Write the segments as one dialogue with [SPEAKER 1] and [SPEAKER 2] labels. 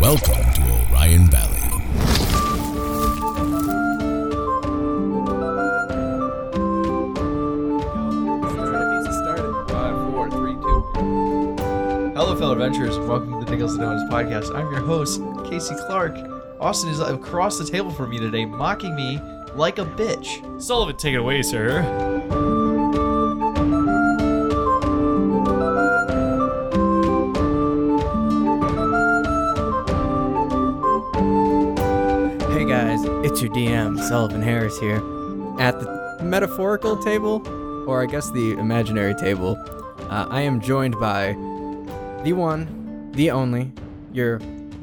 [SPEAKER 1] Welcome to Orion Valley.
[SPEAKER 2] Hello, fellow adventurers. Welcome to the Nichols and Owens podcast. I'm your host, Casey Clark. Austin is across the table from me today, mocking me like a bitch.
[SPEAKER 3] Sullivan, take it away, sir.
[SPEAKER 4] Hey guys, it's your DM, Sullivan Harris here, at the metaphorical table, or I guess the imaginary table. Uh, I am joined by the one, the only, your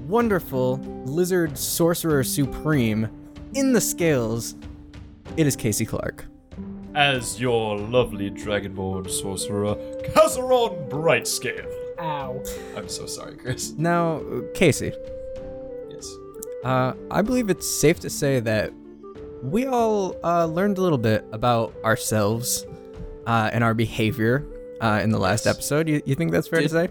[SPEAKER 4] wonderful lizard sorcerer supreme in the scales. It is Casey Clark.
[SPEAKER 3] As your lovely dragonborn sorcerer, Kazaron Brightscale.
[SPEAKER 5] Ow.
[SPEAKER 2] I'm so sorry, Chris.
[SPEAKER 4] Now, Casey,
[SPEAKER 2] Yes.
[SPEAKER 4] Uh, I believe it's safe to say that we all uh, learned a little bit about ourselves uh, and our behavior uh, in the last episode. You, you think that's fair to say?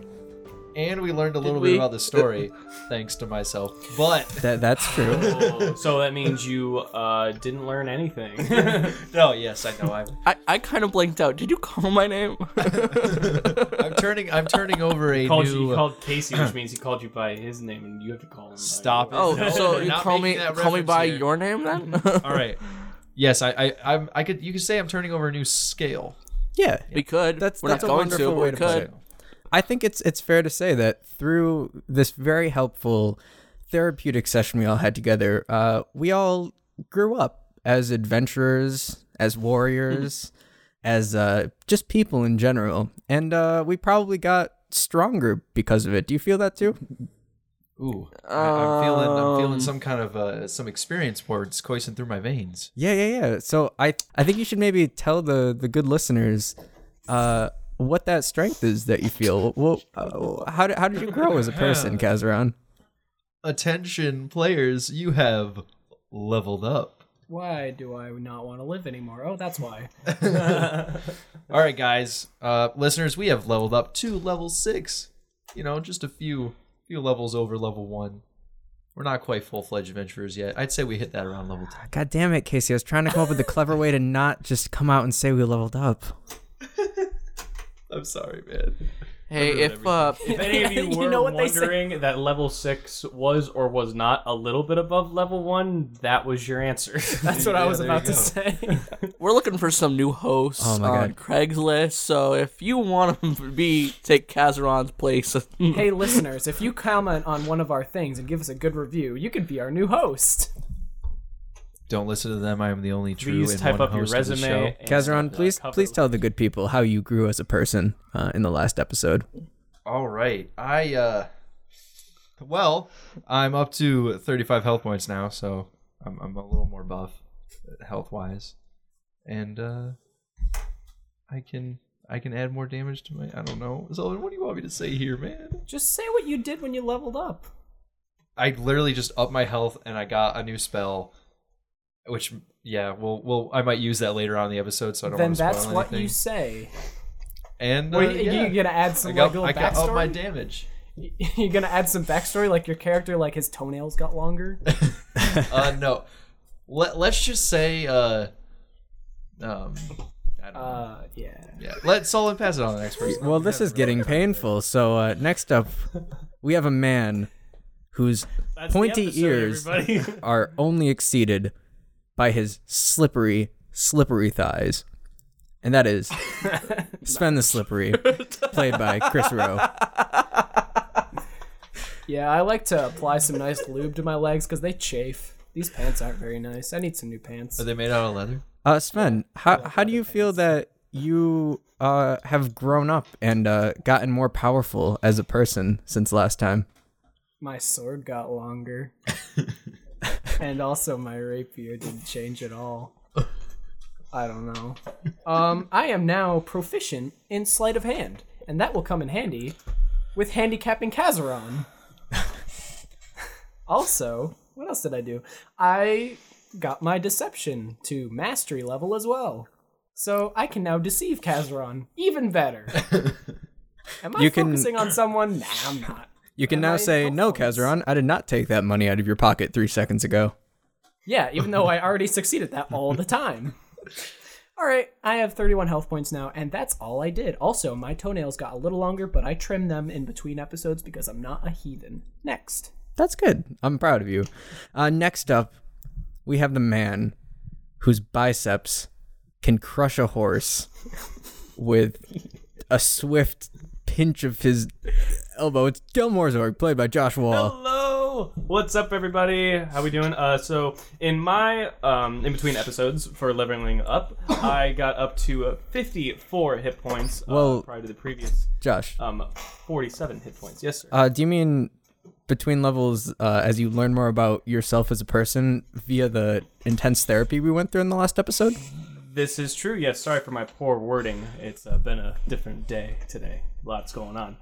[SPEAKER 2] And we learned a little bit
[SPEAKER 5] we?
[SPEAKER 2] about the story, thanks to myself. But
[SPEAKER 4] That that's true.
[SPEAKER 3] Oh.
[SPEAKER 5] Oh, so that means you uh, didn't learn anything.
[SPEAKER 2] no, yes, I know. I'm,
[SPEAKER 6] I, I kind of blanked out. Did you call my name?
[SPEAKER 2] I'm turning. I'm turning over a
[SPEAKER 5] called you,
[SPEAKER 2] new.
[SPEAKER 5] you called Casey, which means he called you by his name, and you have to call him. by
[SPEAKER 2] Stop
[SPEAKER 5] yours.
[SPEAKER 6] oh,
[SPEAKER 2] No,
[SPEAKER 6] so
[SPEAKER 2] we're
[SPEAKER 6] you
[SPEAKER 2] not
[SPEAKER 6] call me
[SPEAKER 2] making that
[SPEAKER 6] call me
[SPEAKER 2] reference
[SPEAKER 6] by
[SPEAKER 2] here.
[SPEAKER 6] your name then?
[SPEAKER 2] All right. Yes, I, I, I'm, I could. You could say I'm turning over a new scale.
[SPEAKER 4] yeah,
[SPEAKER 6] we could.
[SPEAKER 4] That's-
[SPEAKER 6] We're
[SPEAKER 4] that's a
[SPEAKER 6] not going to,
[SPEAKER 4] wonderful
[SPEAKER 6] but
[SPEAKER 4] way
[SPEAKER 6] we
[SPEAKER 4] to put
[SPEAKER 6] could.
[SPEAKER 4] it. I think it's it's fair to say that through this very helpful therapeutic session we all had together, uh, we all grew up as adventurers, as warriors, as uh, just people in general, and uh, we probably got stronger because of it. Do you feel that too?
[SPEAKER 2] Ooh, I, I'm feeling. I'm feeling
[SPEAKER 6] Um,
[SPEAKER 2] some kind of uh, some experience words coursing through my veins.
[SPEAKER 4] Yeah, yeah, yeah. So I I think you should maybe tell the the good listeners uh what that strength is that you feel. Well, uh, how did how did you grow as a person, Kazaron?
[SPEAKER 2] attention players you have leveled up
[SPEAKER 5] Why do I not want to live anymore? Oh, that's why.
[SPEAKER 2] all right guys uh listeners we have leveled up to level six you know just a few few levels over level one we're not quite full-fledged adventurers yet i'd say we hit that around level 10
[SPEAKER 4] God damn it, Casey! I was trying to come up with a clever way to not just come out and say we leveled up.
[SPEAKER 2] i'm sorry man
[SPEAKER 6] Hey, if uh,
[SPEAKER 5] If any of you
[SPEAKER 6] You
[SPEAKER 5] were
[SPEAKER 6] know what they say.
[SPEAKER 5] wondering that level six was or was not a little bit above level one, that was your answer.
[SPEAKER 6] that's what
[SPEAKER 2] I was about to
[SPEAKER 6] say. We're looking for some new hosts
[SPEAKER 4] Oh my
[SPEAKER 6] on
[SPEAKER 4] God.
[SPEAKER 6] Craigslist. So if you want to be take Kazaron's place,
[SPEAKER 7] Hey, listeners, if you comment on one of our things and give us a good review, you could be our new host.
[SPEAKER 2] don't listen to them i am the only true
[SPEAKER 5] Please
[SPEAKER 2] and
[SPEAKER 5] type
[SPEAKER 2] one
[SPEAKER 5] up your
[SPEAKER 2] host of the show.
[SPEAKER 5] resume. and
[SPEAKER 4] Kazaron,
[SPEAKER 5] stuff, uh,
[SPEAKER 4] please
[SPEAKER 5] cover
[SPEAKER 4] please tell the good people how you grew as a person uh, in the last episode.
[SPEAKER 2] all right i uh well i'm up to 35 health points now so i'm, I'm a little more buff health wise and uh i can i can add more damage to my i don't know Sullivan, what do you want me to say here man
[SPEAKER 7] Just say what you did when you leveled up.
[SPEAKER 2] i literally just upped my health and i got a new spell which yeah well well i might use that later on in the episode so i don't
[SPEAKER 7] Then
[SPEAKER 2] want to spoil
[SPEAKER 7] that's what
[SPEAKER 2] anything.
[SPEAKER 7] you say.
[SPEAKER 2] and uh,
[SPEAKER 7] Wait, you-
[SPEAKER 2] yeah.
[SPEAKER 7] you gonna add
[SPEAKER 2] i
[SPEAKER 7] some
[SPEAKER 2] got,
[SPEAKER 7] like,
[SPEAKER 2] I
[SPEAKER 7] little
[SPEAKER 2] got up my
[SPEAKER 7] backstory?
[SPEAKER 2] damage
[SPEAKER 7] You're gonna add some backstory, like your character, like his toenails got longer.
[SPEAKER 2] uh no Let, let's just say uh um I don't know.
[SPEAKER 7] Uh, yeah.
[SPEAKER 2] yeah let solon pass it on to the next person
[SPEAKER 4] Well, this is getting painful. So uh, next up, we have a man whose
[SPEAKER 5] That's the
[SPEAKER 4] pointy
[SPEAKER 5] episode,
[SPEAKER 4] ears
[SPEAKER 5] everybody.
[SPEAKER 4] are only exceeded by his slippery, slippery thighs. And that is Spend the Slippery, played by Chris Rowe.
[SPEAKER 7] Yeah, I like to apply some nice lube to my legs because they chafe. These pants aren't very nice. I need some new pants.
[SPEAKER 2] are they made out of leather
[SPEAKER 4] Uh, Sven, how, how do you feel that you uh, have grown up and uh, gotten more powerful as a person since last time?
[SPEAKER 7] My sword got longer. and also my rapier didn't change at all. I don't know. Um, I am now proficient in sleight of hand, and that will come in handy with handicapping Kazaron. also, what else did I do? I got my deception to mastery level as well. So I can now deceive Kazaron even better. Am I
[SPEAKER 4] You can-
[SPEAKER 7] focusing on someone? Nah, I'm not.
[SPEAKER 4] You can
[SPEAKER 7] Am I
[SPEAKER 4] now
[SPEAKER 7] in
[SPEAKER 4] say,
[SPEAKER 7] health
[SPEAKER 4] no,
[SPEAKER 7] points?"
[SPEAKER 4] Kazaron, I did not take that money out of your pocket three seconds ago.
[SPEAKER 7] Yeah, even though I already succeeded that all the time. All right, I have 31 health points now, and that's all I did. Also, my toenails got a little longer, but I trimmed them in between episodes because I'm not a heathen. Next.
[SPEAKER 4] That's good. I'm proud of you. Uh, next up, we have the man whose biceps can crush a horse with a swift pinch of his elbow. It's Gilmore Zorg, played by Josh Wall.
[SPEAKER 5] Hello. What's up, everybody? How we doing? Uh, so in my um, in between episodes for leveling up, I got up to uh, 54 hit points. Uh,
[SPEAKER 4] Well-
[SPEAKER 5] prior to the previous
[SPEAKER 4] Josh,
[SPEAKER 5] um 47 hit points. Yes, sir.
[SPEAKER 4] uh, do you mean between levels uh, as you learn more about yourself as a person via the intense therapy we went through in the last episode?
[SPEAKER 5] This is true. Yes, sorry for my poor wording. It's uh, been a different day today. Lots going on.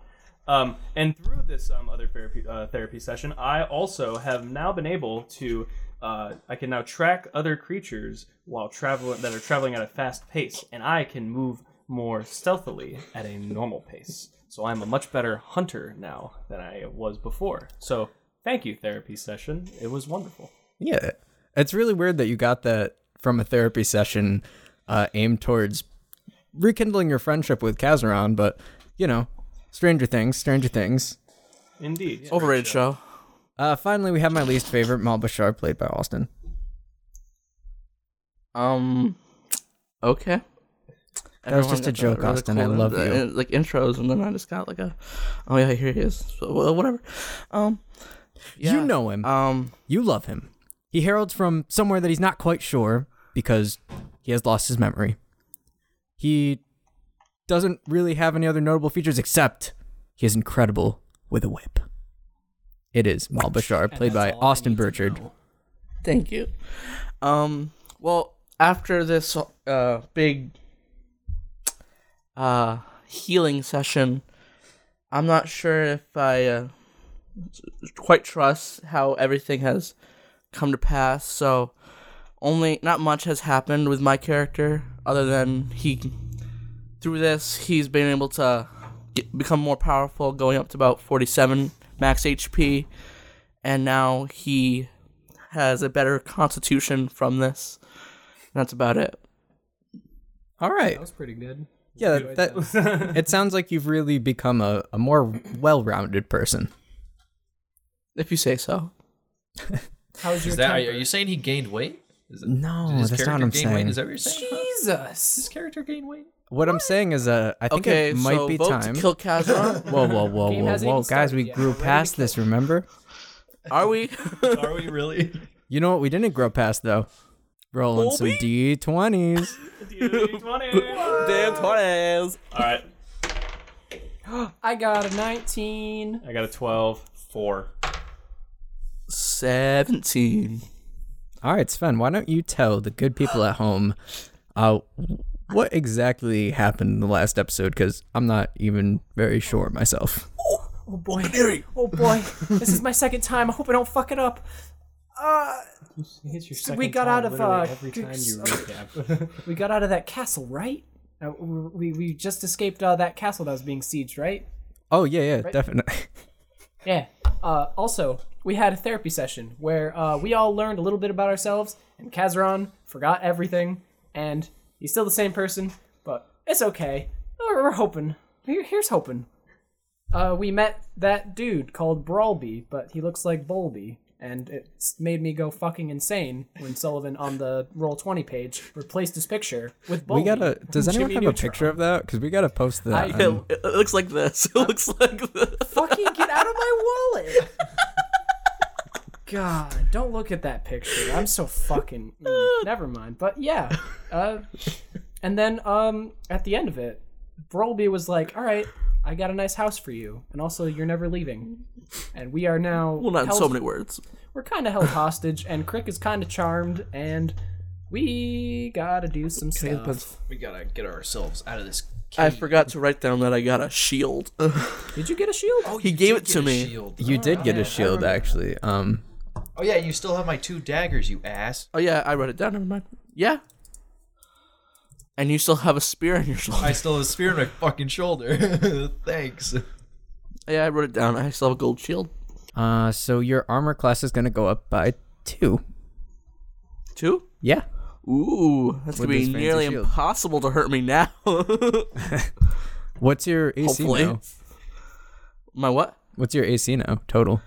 [SPEAKER 5] Um, and through this um, other therapy uh, therapy session, I also have now been able to. Uh, I can now track other creatures while traveling that are traveling at a fast pace, and I can move more stealthily at a normal pace. So I'm a much better hunter now than I was before. So thank you, therapy session. It was wonderful.
[SPEAKER 4] Yeah. It's really weird that you got that from a therapy session uh, aimed towards rekindling your friendship with Kazaron, but, you know, Stranger Things, Stranger Things.
[SPEAKER 5] Indeed. Yeah.
[SPEAKER 6] Overrated show.
[SPEAKER 4] Uh, finally, we have my least favorite, Mal Bashar, played by Austin.
[SPEAKER 6] Um. Okay. That
[SPEAKER 4] was just a joke, Austin. I love you.
[SPEAKER 6] uh, Like intros, and then I just got like a, oh yeah, here he is. So, well, whatever. Um.
[SPEAKER 4] You know him.
[SPEAKER 6] Um.
[SPEAKER 4] you love him. He heralds from somewhere that he's not quite sure because he has lost his memory. He doesn't really have any other notable features except he is incredible with a whip. It is Mal Bashar, played by Austin Burchard.
[SPEAKER 6] Thank you. Um. Well, after this uh big uh healing session, I'm not sure if I uh, quite trust how everything has come to pass. So only not much has happened with my character other than he through this he's been able to get, become more powerful going up to about 47 max HP and now he has a better constitution from this. And that's about it.
[SPEAKER 4] All right.
[SPEAKER 7] That was pretty good.
[SPEAKER 4] Yeah, that, that it sounds like you've really become a, a more well-rounded person.
[SPEAKER 6] If you say so.
[SPEAKER 7] How's your
[SPEAKER 2] Is that, are
[SPEAKER 7] temper?
[SPEAKER 2] you saying he gained weight? Is it,
[SPEAKER 4] No,
[SPEAKER 2] did his
[SPEAKER 4] Oh, that's
[SPEAKER 2] character
[SPEAKER 4] not what I'm
[SPEAKER 2] gain
[SPEAKER 4] saying.
[SPEAKER 2] Weight? Is that what you're saying? Did
[SPEAKER 7] Jesus.
[SPEAKER 2] his character gain weight?
[SPEAKER 4] What, I'm saying is, uh, I think
[SPEAKER 6] Okay,
[SPEAKER 4] it might
[SPEAKER 6] so
[SPEAKER 4] be
[SPEAKER 6] vote
[SPEAKER 4] time.
[SPEAKER 6] to kill Kazaron.
[SPEAKER 4] Whoa, whoa, whoa,
[SPEAKER 7] Game
[SPEAKER 4] whoa,
[SPEAKER 7] hasn't
[SPEAKER 4] whoa,
[SPEAKER 7] even
[SPEAKER 4] guys! We
[SPEAKER 7] started yet.
[SPEAKER 4] grew
[SPEAKER 7] We're ready to
[SPEAKER 4] past
[SPEAKER 7] kill
[SPEAKER 4] this. Remember?
[SPEAKER 6] Are we?
[SPEAKER 2] Are we really?
[SPEAKER 4] You know what? We didn't grow past though. Rolling some d20s.
[SPEAKER 6] Damn Torres.
[SPEAKER 5] All right.
[SPEAKER 7] I got a 19.
[SPEAKER 5] I got a 12. 4.
[SPEAKER 6] 17.
[SPEAKER 4] All right, Sven. Why don't you tell the good people at home, uh, what exactly happened in the last episode? Because I'm not even very sure myself.
[SPEAKER 7] Oh boy. Oh boy. this is my second time. I hope I don't fuck it up. Uh,
[SPEAKER 5] It's your
[SPEAKER 7] we got out of uh, Greeks-
[SPEAKER 5] recap.
[SPEAKER 7] we got out of that castle, right? Uh, we we just escaped uh, that castle that was being sieged, right?
[SPEAKER 4] Oh yeah, yeah, definitely.
[SPEAKER 7] Yeah. Uh, also, we had a therapy session where uh, we all learned a little bit about ourselves, and Kazaron forgot everything, and he's still the same person, but it's okay. We're, we're hoping. Here, here's hoping. Uh, we met that dude called Brawlby, but he looks like Bulby, and it's made me go fucking insane when Sullivan on the Roll Twenty page replaced his picture with Bulby.
[SPEAKER 4] We gotta. Does anyone
[SPEAKER 7] Jimmy
[SPEAKER 4] have a
[SPEAKER 7] Neutron.
[SPEAKER 4] picture of that? Because we gotta post that.
[SPEAKER 7] I-
[SPEAKER 6] It,
[SPEAKER 4] on-
[SPEAKER 6] it looks like this. It looks like this.
[SPEAKER 7] fucking get out of my wallet. God, don't look at that picture. I'm so fucking. mm, never mind. But yeah, uh, and then um, at the end of it, Brolby was like, "All right, I got a nice house for you, and also you're never leaving." And we are now
[SPEAKER 6] Well, not in
[SPEAKER 7] held-
[SPEAKER 6] so many words.
[SPEAKER 7] We're kind of held hostage, and Crick is kind of charmed, and we gotta do some stuff.
[SPEAKER 2] We gotta get ourselves out of this.
[SPEAKER 6] I forgot to write down that I got a shield.
[SPEAKER 7] Did you get a shield? Oh,
[SPEAKER 6] he gave it to me.
[SPEAKER 4] you did get a shield, actually. Um,
[SPEAKER 2] Oh yeah, you still have my two daggers, you ass.
[SPEAKER 6] Oh, yeah, I wrote it down. Never mind. Yeah. And you still have a spear in your shoulder.
[SPEAKER 2] I still have a spear in my fucking shoulder. Thanks.
[SPEAKER 6] Yeah, I wrote it down. I still have a gold shield.
[SPEAKER 4] Uh, so your armor class is gonna go up by two.
[SPEAKER 6] Two?
[SPEAKER 4] Yeah.
[SPEAKER 6] Ooh, that's
[SPEAKER 4] With
[SPEAKER 6] gonna
[SPEAKER 4] this
[SPEAKER 6] be
[SPEAKER 4] fancy
[SPEAKER 6] nearly
[SPEAKER 4] shield.
[SPEAKER 6] impossible to hurt me now.
[SPEAKER 4] What's your AC
[SPEAKER 6] Hopefully.
[SPEAKER 4] now?
[SPEAKER 6] My what?
[SPEAKER 4] What's your AC now total?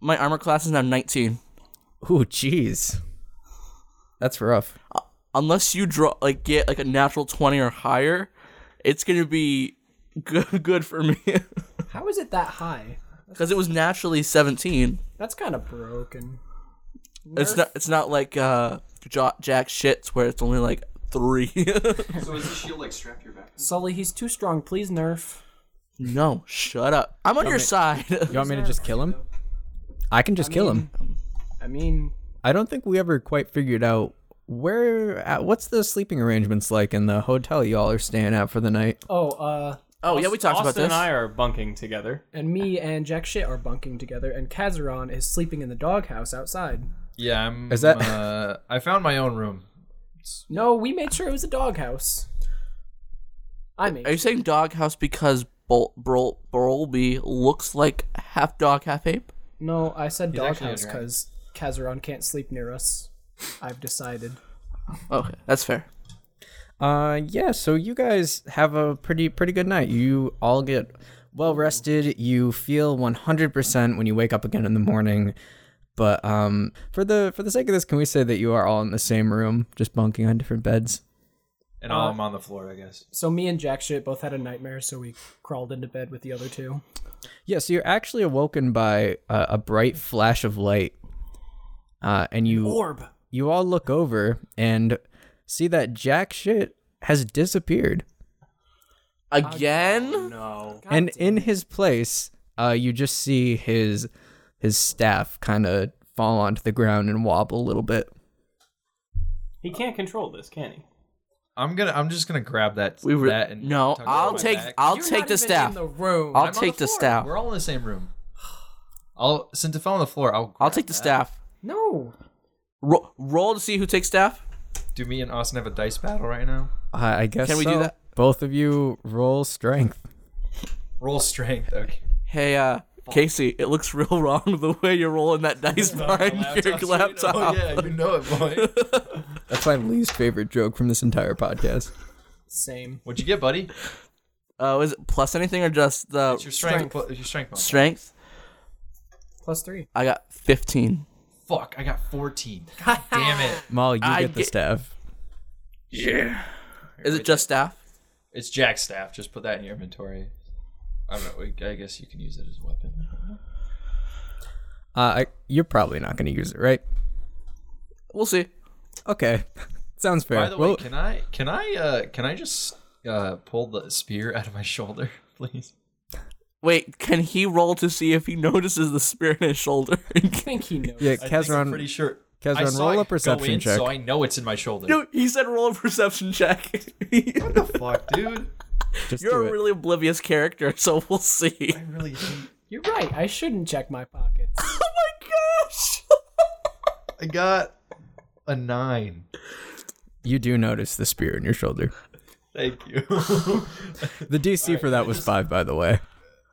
[SPEAKER 6] My armor class is now 19.
[SPEAKER 4] Ooh, jeez. That's rough.
[SPEAKER 6] Unless you draw like get like a natural 20 or higher, it's gonna be good good for me
[SPEAKER 7] How is it that high?
[SPEAKER 6] because it was naturally 17.
[SPEAKER 7] That's kind of broken.
[SPEAKER 6] It's not it's not like uh jo- jack shits where it's only like three.
[SPEAKER 2] So is the shield like strapped to your back?
[SPEAKER 7] Sully, he's too strong. Please nerf.
[SPEAKER 6] no, shut up. I'm on your side.
[SPEAKER 4] You want me to just kill him? I can just kill him.
[SPEAKER 7] I mean,
[SPEAKER 4] I don't think we ever quite figured out where. At, what's the sleeping arrangements like in the hotel y'all are staying at for the night?
[SPEAKER 7] oh, uh,
[SPEAKER 6] oh yeah, we talked
[SPEAKER 5] Austin
[SPEAKER 6] about this.
[SPEAKER 5] and I are bunking together.
[SPEAKER 7] and me and Jack Shit are bunking together, and Kazaron is sleeping in the doghouse outside.
[SPEAKER 2] Yeah, I'm.
[SPEAKER 4] Is that-
[SPEAKER 2] Uh, I found my own room.
[SPEAKER 7] No, we made sure it was a doghouse. I made
[SPEAKER 6] Are you saying doghouse because Bol- Brol- Brolby looks like half dog, half ape?
[SPEAKER 7] No, I said
[SPEAKER 2] He's actually a
[SPEAKER 7] doghouse
[SPEAKER 2] dragon.
[SPEAKER 7] because Kazaron can't sleep near us. I've decided.
[SPEAKER 6] Okay, that's fair.
[SPEAKER 4] Uh, yeah. So you guys have a pretty pretty good night. You all get well rested. You feel one hundred percent when you wake up again in the morning. But um, for the for the sake of this, can we say that you are all in the same room, just bunking on different beds?
[SPEAKER 2] And all I'm on the floor, I guess.
[SPEAKER 7] So me and Jack Shit both had a nightmare, so we crawled into bed with the other two.
[SPEAKER 4] Yeah. So you're actually awoken by a, a bright flash of light. Uh, and you
[SPEAKER 7] Orb.
[SPEAKER 4] you all look over and see that jack shit has disappeared.
[SPEAKER 6] Again?
[SPEAKER 5] No.
[SPEAKER 4] and in his place, uh, you just see his his staff kind of fall onto the ground and wobble a little bit.
[SPEAKER 5] He can't control this, can he?
[SPEAKER 2] I'm gonna. I'm just gonna grab that.
[SPEAKER 6] We were
[SPEAKER 2] that and
[SPEAKER 6] no.
[SPEAKER 2] tuck it
[SPEAKER 6] I'll
[SPEAKER 2] in my
[SPEAKER 6] take.
[SPEAKER 2] back.
[SPEAKER 6] I'll
[SPEAKER 7] You're
[SPEAKER 6] take
[SPEAKER 7] not
[SPEAKER 6] the
[SPEAKER 7] even
[SPEAKER 6] staff.
[SPEAKER 7] In the room.
[SPEAKER 6] I'll
[SPEAKER 2] I'm on
[SPEAKER 6] take the,
[SPEAKER 2] floor.
[SPEAKER 6] staff.
[SPEAKER 2] We're all in the same room. I'll since it fell on the floor, I'll.
[SPEAKER 6] I'll
[SPEAKER 2] grab
[SPEAKER 6] take the
[SPEAKER 2] that.
[SPEAKER 6] staff.
[SPEAKER 7] no.
[SPEAKER 6] Ro- roll to see who takes staff.
[SPEAKER 2] Do me and Austin have a dice battle right now?
[SPEAKER 4] I, I guess.
[SPEAKER 6] Can we do
[SPEAKER 4] so.
[SPEAKER 6] that?
[SPEAKER 4] Both of you roll strength.
[SPEAKER 2] Roll strength. Okay.
[SPEAKER 6] Hey, uh, Casey, it looks real wrong the way you're rolling that dice behind your laptop.
[SPEAKER 2] Oh yeah, you know it, boy.
[SPEAKER 4] That's my least favorite joke from this entire podcast.
[SPEAKER 7] Same.
[SPEAKER 2] What'd you get, buddy?
[SPEAKER 6] Uh, is it plus anything or just the
[SPEAKER 2] It's your strength. pl- Your strength. bonus.
[SPEAKER 6] strength?
[SPEAKER 7] Plus three.
[SPEAKER 6] I got 15.
[SPEAKER 2] Fuck! I got 14. God damn it!
[SPEAKER 4] Maul, you
[SPEAKER 6] I
[SPEAKER 4] get the
[SPEAKER 6] get-
[SPEAKER 4] staff.
[SPEAKER 6] Is it just staff?
[SPEAKER 2] It's Jack staff. Just put that in your inventory. I don't know. we- I guess you can use it as a weapon.
[SPEAKER 4] Uh, I, you're probably not going to use it, right?
[SPEAKER 6] We'll see.
[SPEAKER 4] Okay, sounds fair.
[SPEAKER 2] By the way,
[SPEAKER 4] Well,
[SPEAKER 2] can I can I uh can I just uh pull the spear out of my shoulder, please?
[SPEAKER 6] Wait, can he roll to see if he notices the spear in his shoulder?
[SPEAKER 7] I think he knows.
[SPEAKER 4] yeah,
[SPEAKER 2] I think I'm
[SPEAKER 4] Kazron,
[SPEAKER 2] pretty sure.
[SPEAKER 4] Kazran,
[SPEAKER 2] I saw
[SPEAKER 4] roll a
[SPEAKER 2] it go
[SPEAKER 4] perception
[SPEAKER 2] in,
[SPEAKER 4] check.
[SPEAKER 2] So I know it's in my shoulder.
[SPEAKER 6] Dude, he said roll a perception check.
[SPEAKER 2] Fuck, dude.
[SPEAKER 4] just do
[SPEAKER 6] You're
[SPEAKER 4] it.
[SPEAKER 6] a really oblivious character, so we'll see.
[SPEAKER 2] I really. hate-
[SPEAKER 7] You're right. I shouldn't check my pockets.
[SPEAKER 6] Oh my gosh!
[SPEAKER 2] I got a nine.
[SPEAKER 4] you do notice the spear in your shoulder.
[SPEAKER 2] Thank you.
[SPEAKER 4] The DC for that was five, by the way.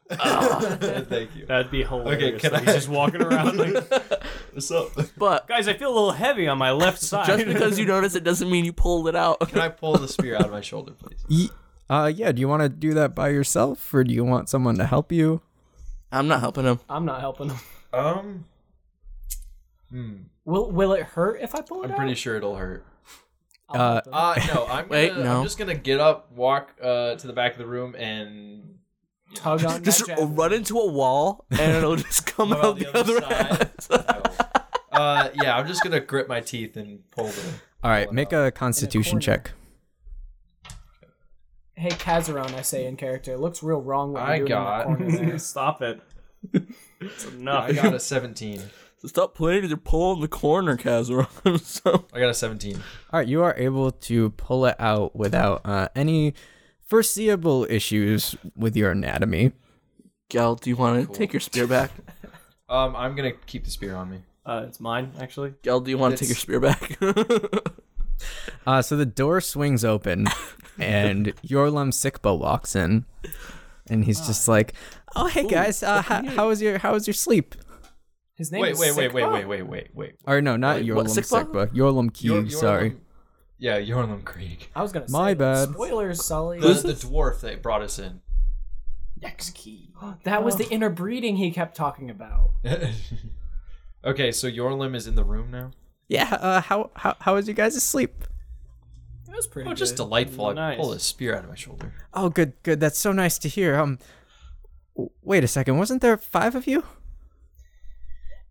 [SPEAKER 2] Thank you.
[SPEAKER 5] That'd be hilarious.
[SPEAKER 2] can
[SPEAKER 5] that
[SPEAKER 2] I-
[SPEAKER 5] He's just walking around like,
[SPEAKER 2] What's up? Can
[SPEAKER 6] But
[SPEAKER 5] guys, I feel a little heavy on my left side.
[SPEAKER 6] just because you notice it doesn't mean you pulled it out.
[SPEAKER 2] I pull the spear out of my shoulder, please?
[SPEAKER 4] Ye- Uh, yeah. Do you want to do that by yourself, or do you want someone to help you?
[SPEAKER 6] I'm not helping him.
[SPEAKER 7] I'm not helping him.
[SPEAKER 2] Um, Hmm.
[SPEAKER 7] Will Will it hurt if I pull it
[SPEAKER 2] I'm
[SPEAKER 7] out?
[SPEAKER 2] pretty sure it'll hurt.
[SPEAKER 7] I'll
[SPEAKER 4] Uh,
[SPEAKER 7] help
[SPEAKER 2] Uh,
[SPEAKER 7] him.
[SPEAKER 2] no, I'm
[SPEAKER 6] Wait,
[SPEAKER 2] gonna,
[SPEAKER 6] no.
[SPEAKER 2] I'm just gonna get up, walk uh to the back of the room, and
[SPEAKER 7] tug on
[SPEAKER 6] Just
[SPEAKER 7] that javelin.
[SPEAKER 6] run into a wall and it'll just come
[SPEAKER 2] Come
[SPEAKER 6] out Oh, the, other,
[SPEAKER 2] side. No. Uh, yeah, I'm just gonna grip my teeth and pull the.
[SPEAKER 4] All right. Make a Constitution
[SPEAKER 7] corner.
[SPEAKER 4] check.
[SPEAKER 7] Hey, Kazaron, I say in character. It looks real wrong what
[SPEAKER 2] I
[SPEAKER 7] you're doing
[SPEAKER 2] got-
[SPEAKER 7] in the corner there.
[SPEAKER 5] Stop it. It's enough.
[SPEAKER 2] I got a 17.
[SPEAKER 6] Stop playing with your pole in the corner, Kazaron. so,
[SPEAKER 2] I got a 17.
[SPEAKER 4] All right. You are able to pull it out without uh, any foreseeable issues with your anatomy.
[SPEAKER 6] Gal, do you want to take your spear back?
[SPEAKER 2] Um, I'm gonna keep the spear on me.
[SPEAKER 5] Uh, it's mine, actually.
[SPEAKER 6] Gal, do you want to take your spear back?
[SPEAKER 4] Uh, so the door swings open, and Yorlum Sikba walks in. and he's just like, "Oh, hey guys, uh, how, how was your how was your sleep?"
[SPEAKER 7] His name
[SPEAKER 2] Wait,
[SPEAKER 7] is Oh,
[SPEAKER 2] wait, wait,
[SPEAKER 7] Sick
[SPEAKER 2] wait,
[SPEAKER 7] Bob.
[SPEAKER 2] wait, wait, wait, wait.
[SPEAKER 4] Or no, not
[SPEAKER 6] Wait, what,
[SPEAKER 4] Yorlum
[SPEAKER 6] Sikpa?
[SPEAKER 4] Sikpa, Yorlum Q.
[SPEAKER 2] Your- your
[SPEAKER 4] sorry,
[SPEAKER 2] Lum- Yeah, Yorlum Creek.
[SPEAKER 7] I was gonna say
[SPEAKER 4] My
[SPEAKER 7] like,
[SPEAKER 4] bad.
[SPEAKER 7] Spoilers, Sully.
[SPEAKER 2] The, the dwarf that brought us in.
[SPEAKER 7] that
[SPEAKER 2] Oh.
[SPEAKER 7] was the interbreeding he kept talking about.
[SPEAKER 2] okay, so Yorlum is in the room now.
[SPEAKER 4] yeah. Uh, how how how was you guys' sleep?
[SPEAKER 7] It was pretty.
[SPEAKER 2] Oh, just
[SPEAKER 7] good.
[SPEAKER 2] delightful. I
[SPEAKER 5] Nice.
[SPEAKER 2] pull a spear out of my shoulder.
[SPEAKER 4] Oh, good, good. That's so nice to hear. Um, w- wait a second. Wasn't there five of you?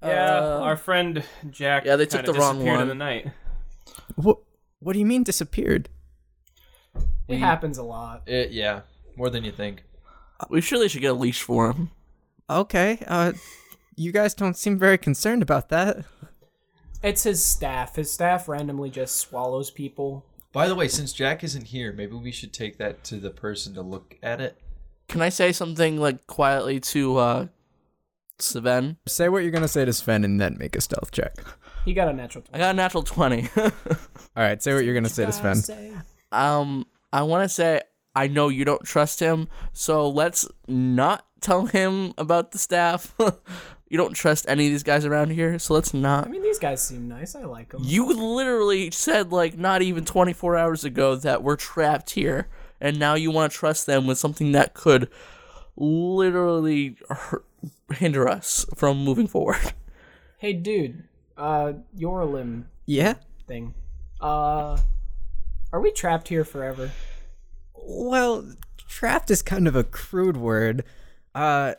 [SPEAKER 5] Yeah,
[SPEAKER 6] Uh,
[SPEAKER 5] our friend Jack.
[SPEAKER 6] Yeah, they took
[SPEAKER 5] kinda
[SPEAKER 6] the wrong
[SPEAKER 5] disappeared
[SPEAKER 6] one.
[SPEAKER 5] in the night.
[SPEAKER 4] What What do you mean disappeared?
[SPEAKER 7] It happens a lot.
[SPEAKER 2] It, yeah, more than you think.
[SPEAKER 6] we surely should get a leash for him.
[SPEAKER 4] Okay. Uh, you guys don't seem very concerned about that.
[SPEAKER 7] It's his staff. His staff randomly just swallows people.
[SPEAKER 2] By the way, since Jack isn't here, maybe we should take that to the person to look at it.
[SPEAKER 6] Can I say something like quietly to uh Sven?
[SPEAKER 4] Say what you're gonna say to Sven, and then make a stealth check.
[SPEAKER 7] He got a natural. 20.
[SPEAKER 6] I got a natural twenty.
[SPEAKER 4] All right. Say what you're gonna say to Sven.
[SPEAKER 6] um, I want to say I know you don't trust him, so let's not tell him about the staff. you don't trust any of these guys around here, so let's not.
[SPEAKER 7] I mean, these guys seem nice. I like them.
[SPEAKER 6] You literally said like not even 24 hours ago that we're trapped here, and now you want to trust them with something that could literally hurt, hinder us from moving forward.
[SPEAKER 7] Hey, dude. Uh, your limb
[SPEAKER 4] Yeah.
[SPEAKER 7] thing. Uh, are we trapped here forever?
[SPEAKER 4] Well, trapped is kind of a crude word. Uh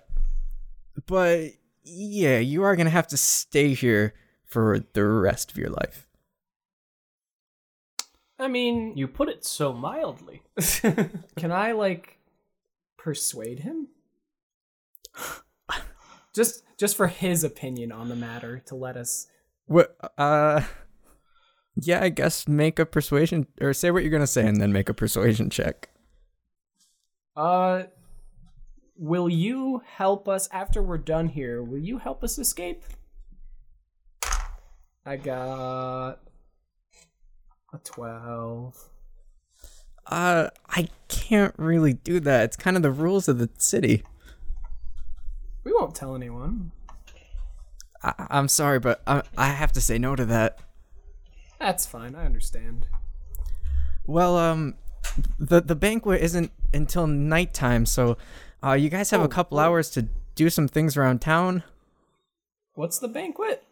[SPEAKER 4] but yeah, you are going to have to stay here for the rest of your life.
[SPEAKER 7] I mean,
[SPEAKER 5] You put it so mildly.
[SPEAKER 7] can I like persuade him? Just, just for his opinion on the matter to let us.
[SPEAKER 4] What uh Yeah, I guess make a persuasion or say what you're going to say and then make a persuasion check.
[SPEAKER 7] Uh, will you help us after we're done here? Will you help us escape? I got a twelve.
[SPEAKER 4] Uh I can't really do that. It's kind of the rules of the city.
[SPEAKER 7] We won't tell anyone.
[SPEAKER 4] I- I'm sorry, but I I have to say no to that.
[SPEAKER 7] That's fine. I understand.
[SPEAKER 4] Well, um, the the banquet isn't until nighttime, so uh, you guys
[SPEAKER 6] Oh,
[SPEAKER 4] have a couple hours to do some things around town.
[SPEAKER 7] What's the banquet?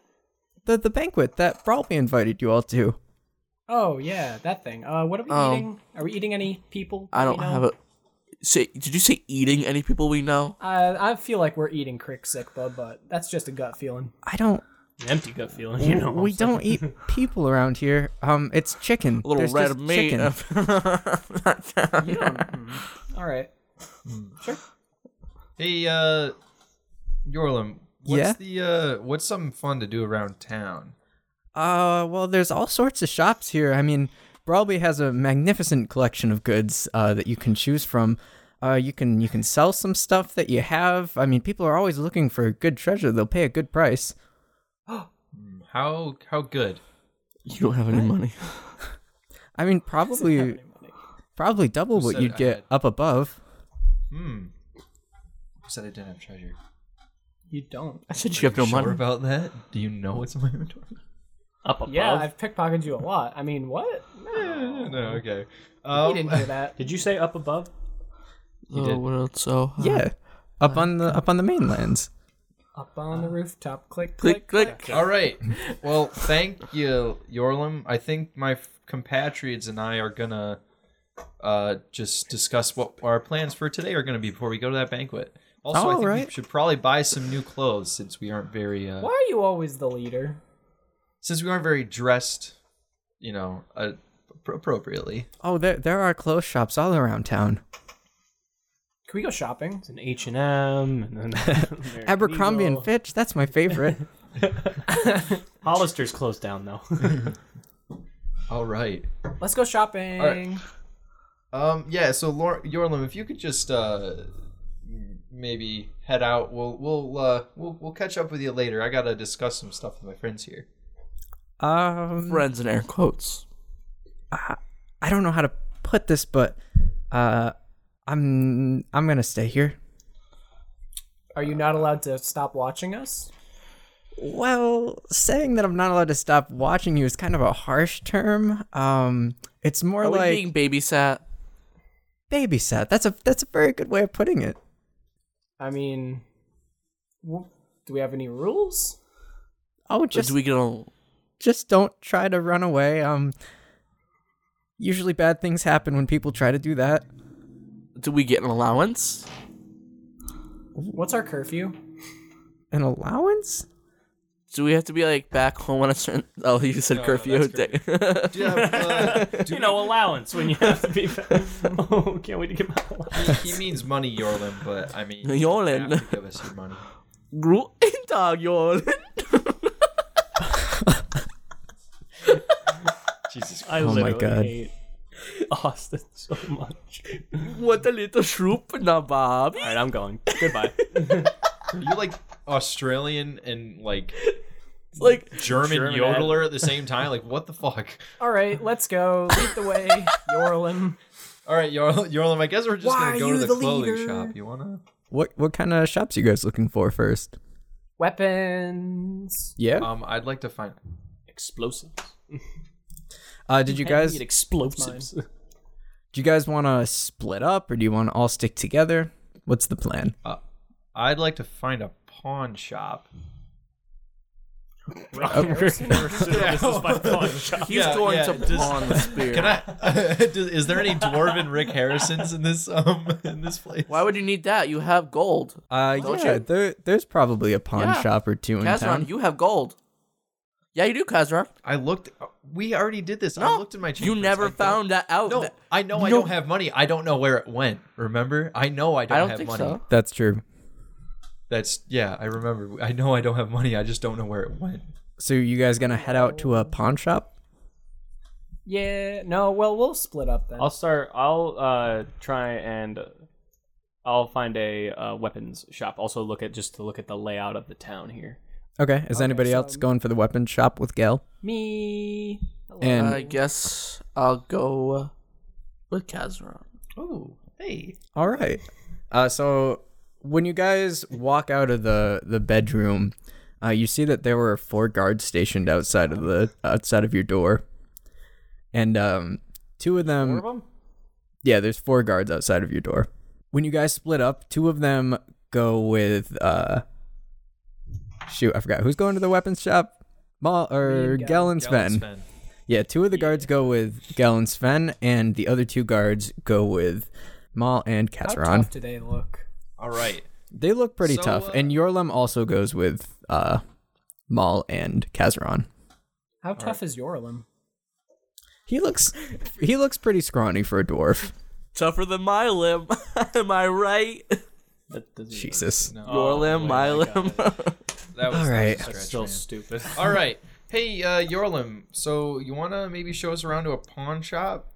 [SPEAKER 4] The the banquet that Brawlby invited you all to.
[SPEAKER 7] Oh yeah, that thing. Uh, what are we
[SPEAKER 6] Oh.
[SPEAKER 7] eating? Are we eating any people?
[SPEAKER 6] I don't
[SPEAKER 7] we know?
[SPEAKER 6] have a. Say, did you say eating any people we know?
[SPEAKER 7] Uh, I feel like we're eating Crick Sikba, but that's just a gut feeling.
[SPEAKER 4] I don't.
[SPEAKER 5] An empty gut feeling, you know.
[SPEAKER 4] we don't eat people around here. Um, it's chicken.
[SPEAKER 6] A little
[SPEAKER 4] There's
[SPEAKER 6] red
[SPEAKER 4] just
[SPEAKER 6] meat.
[SPEAKER 4] chicken.
[SPEAKER 7] You don't. mm. All right.
[SPEAKER 2] Hey, uh, Yorlum, what's
[SPEAKER 4] Yeah?
[SPEAKER 2] the uh, what's something fun to do around town?
[SPEAKER 4] Uh, well, there's all sorts of shops here. I mean, Brawlby has a magnificent collection of goods uh, that you can choose from. Uh, you can you can sell some stuff that you have. I mean, people are always looking for good treasure. They'll pay a good price.
[SPEAKER 2] How how good?
[SPEAKER 6] you don't have any money.
[SPEAKER 4] I mean, probably probably double what
[SPEAKER 2] said
[SPEAKER 4] you'd
[SPEAKER 2] I
[SPEAKER 4] get
[SPEAKER 2] had-
[SPEAKER 4] up above.
[SPEAKER 2] Hmm. Who said I didn't have treasure?
[SPEAKER 7] You don't.
[SPEAKER 6] I said you have no
[SPEAKER 2] Sure
[SPEAKER 6] money.
[SPEAKER 2] about that? Do you know what's in my inventory?
[SPEAKER 5] Up above.
[SPEAKER 7] Yeah, I've pickpocketed you a lot. I mean, what? No.
[SPEAKER 2] no, okay.
[SPEAKER 7] Oh. He
[SPEAKER 2] Um,
[SPEAKER 7] didn't hear that.
[SPEAKER 5] Did you say up above?
[SPEAKER 6] Oh, what else? So uh,
[SPEAKER 4] Yeah, up on the up on the mainlands.
[SPEAKER 7] Up on
[SPEAKER 5] Uh,
[SPEAKER 7] the rooftop, click,
[SPEAKER 6] Click
[SPEAKER 7] click, click.
[SPEAKER 6] click.
[SPEAKER 2] All right. Well, thank you, Yorlum. I think my f- compatriots and I are gonna uh, just discuss what our plans for today are gonna be before we go to that banquet. Also, I
[SPEAKER 4] All
[SPEAKER 2] think we
[SPEAKER 4] right.
[SPEAKER 2] should probably buy some new clothes since we aren't very uh,
[SPEAKER 7] Why are you always the leader?
[SPEAKER 2] since we aren't very dressed, you know, uh, appro- appropriately.
[SPEAKER 4] Oh, there there are clothes shops all around town.
[SPEAKER 7] Can we go shopping?
[SPEAKER 5] It's an H and M, and then
[SPEAKER 4] Abercrombie and Fitch, that's my favorite.
[SPEAKER 5] Hollister's closed down though.
[SPEAKER 2] All right.
[SPEAKER 7] Let's go shopping.
[SPEAKER 2] right. Um. Yeah. So, Lor- Yorlum, if you could just uh, m- maybe head out, we'll we'll uh, we'll we'll catch up with you later. I gotta discuss some stuff with my friends here.
[SPEAKER 4] um,
[SPEAKER 6] Friends in air quotes.
[SPEAKER 4] I don't know how to put this, but uh, I'm I'm gonna stay here.
[SPEAKER 7] Are you not allowed to stop watching us?
[SPEAKER 4] Well, saying that I'm not allowed to stop watching you is kind of a harsh term. Um, it's more
[SPEAKER 6] Are we
[SPEAKER 4] like
[SPEAKER 6] being babysat?
[SPEAKER 4] babysat. That's a that's a very good way of putting it.
[SPEAKER 7] I mean, w- do we have any rules?
[SPEAKER 4] Oh,
[SPEAKER 6] Just
[SPEAKER 4] just
[SPEAKER 6] do we get on?
[SPEAKER 4] just don't try to run away. Um, usually bad things happen when people try to do that.
[SPEAKER 6] Do we get an allowance?
[SPEAKER 7] What's our curfew?
[SPEAKER 4] An allowance?
[SPEAKER 6] Do we have to be like back home on a certain? Oh, you said curfew.
[SPEAKER 5] You know, allowance when you have to be. oh, can't wait to get my allowance.
[SPEAKER 2] uh, he means money, Yorlin, but I mean,
[SPEAKER 6] Yorlin.
[SPEAKER 2] You have to give us your money.
[SPEAKER 6] Guten Tag, Jordan.
[SPEAKER 2] Jesus
[SPEAKER 5] I
[SPEAKER 4] Oh my
[SPEAKER 5] literally
[SPEAKER 4] God.
[SPEAKER 5] hate Austin so much. All
[SPEAKER 6] What a little troop, now, Bobby.
[SPEAKER 5] right, I'm going. Goodbye.
[SPEAKER 2] Christ. You're like Australian and like
[SPEAKER 6] It's like
[SPEAKER 2] German,
[SPEAKER 5] German
[SPEAKER 2] yodeler at the same time. Like, what the fuck?
[SPEAKER 7] All right, let's go. Lead the way, Yorlim.
[SPEAKER 2] All right, Yorl- Yorlin, I guess we're just
[SPEAKER 7] Why
[SPEAKER 2] going to go
[SPEAKER 7] are
[SPEAKER 2] to
[SPEAKER 7] you
[SPEAKER 2] the,
[SPEAKER 7] the
[SPEAKER 2] clothing
[SPEAKER 7] leader?
[SPEAKER 2] shop. You want to?
[SPEAKER 4] What what kind of shops you guys looking for first?
[SPEAKER 7] Weapons.
[SPEAKER 4] Yeah.
[SPEAKER 2] Um, I'd like to find.
[SPEAKER 5] Explosives.
[SPEAKER 4] Uh, did you guys
[SPEAKER 5] I need
[SPEAKER 4] do
[SPEAKER 5] explosives.
[SPEAKER 4] you guys want to split up or do you want to all stick together? What's the plan?
[SPEAKER 2] I'd like to find a pawn shop.
[SPEAKER 5] Robert Harrison, this is
[SPEAKER 7] Oh,
[SPEAKER 5] my pawn shop.
[SPEAKER 6] he's
[SPEAKER 2] Yeah,
[SPEAKER 6] going
[SPEAKER 2] yeah,
[SPEAKER 6] to
[SPEAKER 2] just-
[SPEAKER 6] pawn the spear.
[SPEAKER 2] Can I? do- is there any dwarven Rick Harrisons in this um in this place?
[SPEAKER 6] Why would you need that? You have gold.
[SPEAKER 4] Uh,
[SPEAKER 6] Don't
[SPEAKER 4] yeah,
[SPEAKER 6] you-
[SPEAKER 4] there, there's probably a pawn
[SPEAKER 6] Yeah.
[SPEAKER 4] shop or two in town.
[SPEAKER 6] Kazron, you have gold. Yeah, you do, Kazron.
[SPEAKER 2] I looked. We already did this. I looked in my.
[SPEAKER 6] You
[SPEAKER 2] chambers. I
[SPEAKER 6] never
[SPEAKER 2] don't-
[SPEAKER 6] found that out.
[SPEAKER 2] No,
[SPEAKER 6] That-
[SPEAKER 2] I know I
[SPEAKER 6] No.
[SPEAKER 2] don't have money. I don't know where it went. Remember? I know I don't,
[SPEAKER 6] I don't
[SPEAKER 2] have
[SPEAKER 6] think
[SPEAKER 2] money.
[SPEAKER 6] so.
[SPEAKER 4] That's true.
[SPEAKER 2] That's yeah. I remember. I know I don't have money. I just don't know where it went.
[SPEAKER 4] So you guys gonna head out to a pawn shop?
[SPEAKER 7] Yeah. No. Well, we'll split up then.
[SPEAKER 5] I'll start. I'll uh, try and uh, I'll find a uh, weapons shop. Also, look at just to look at the layout of the town here.
[SPEAKER 4] Okay. Is anybody else going for the weapon shop with Gail?
[SPEAKER 7] Me.
[SPEAKER 4] And
[SPEAKER 6] I guess I'll go uh, with Kazron.
[SPEAKER 2] Oh, hey.
[SPEAKER 4] All right. Uh, so when you guys walk out of the the bedroom, uh, you see that there were four guards stationed outside of the outside of your door, and um, two of them.
[SPEAKER 5] of 'em?
[SPEAKER 4] Yeah, there's four guards outside of your door. When you guys split up, two of them go with. Uh, shoot, I forgot who's going to the weapons shop. Mal or Gel and Sven. Yeah, two of the guards go with Gel and Sven, and the other two guards go with Mal and
[SPEAKER 7] How
[SPEAKER 4] Katron.
[SPEAKER 7] tough do they look?
[SPEAKER 2] All right.
[SPEAKER 4] They look pretty
[SPEAKER 2] So,
[SPEAKER 4] tough,
[SPEAKER 2] uh,
[SPEAKER 4] and Yorlum also goes with uh, Maul and Kazaron.
[SPEAKER 7] How tough is Yorlim?
[SPEAKER 4] He looks he looks pretty scrawny for a dwarf.
[SPEAKER 6] Tougher than my limb. Am I right?
[SPEAKER 5] That doesn't.
[SPEAKER 4] Jesus.
[SPEAKER 2] No,
[SPEAKER 6] Your limb, my limb.
[SPEAKER 2] That was
[SPEAKER 4] All right.
[SPEAKER 2] That was a
[SPEAKER 5] That's
[SPEAKER 2] stretch,
[SPEAKER 5] still
[SPEAKER 2] man.
[SPEAKER 5] stupid.
[SPEAKER 2] All right. Hey, uh, Yorlim. So you wanna maybe show us around to a pawn shop?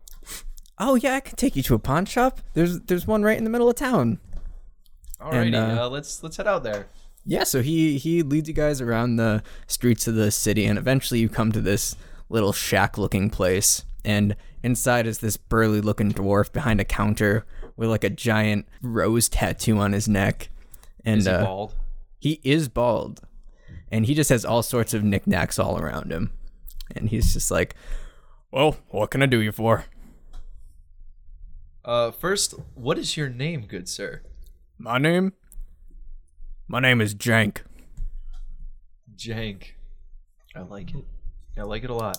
[SPEAKER 4] Oh yeah, I can take you to a pawn shop. There's there's one right in the middle of town.
[SPEAKER 2] Alrighty.
[SPEAKER 4] uh,
[SPEAKER 2] uh, let's let's head out there.
[SPEAKER 4] Yeah, so he he leads you guys around the streets of the city, and eventually you come to this little shack-looking place. And inside is this burly-looking dwarf behind a counter with like a giant rose tattoo on his neck. And
[SPEAKER 2] Is he
[SPEAKER 4] uh,
[SPEAKER 2] bald?
[SPEAKER 4] he is bald and he just has all sorts of knickknacks all around him and he's just like well what can i do you for
[SPEAKER 2] Uh, first, what is your name, good sir?
[SPEAKER 4] my name my name is jank
[SPEAKER 2] Jank. I like it. I like it a lot.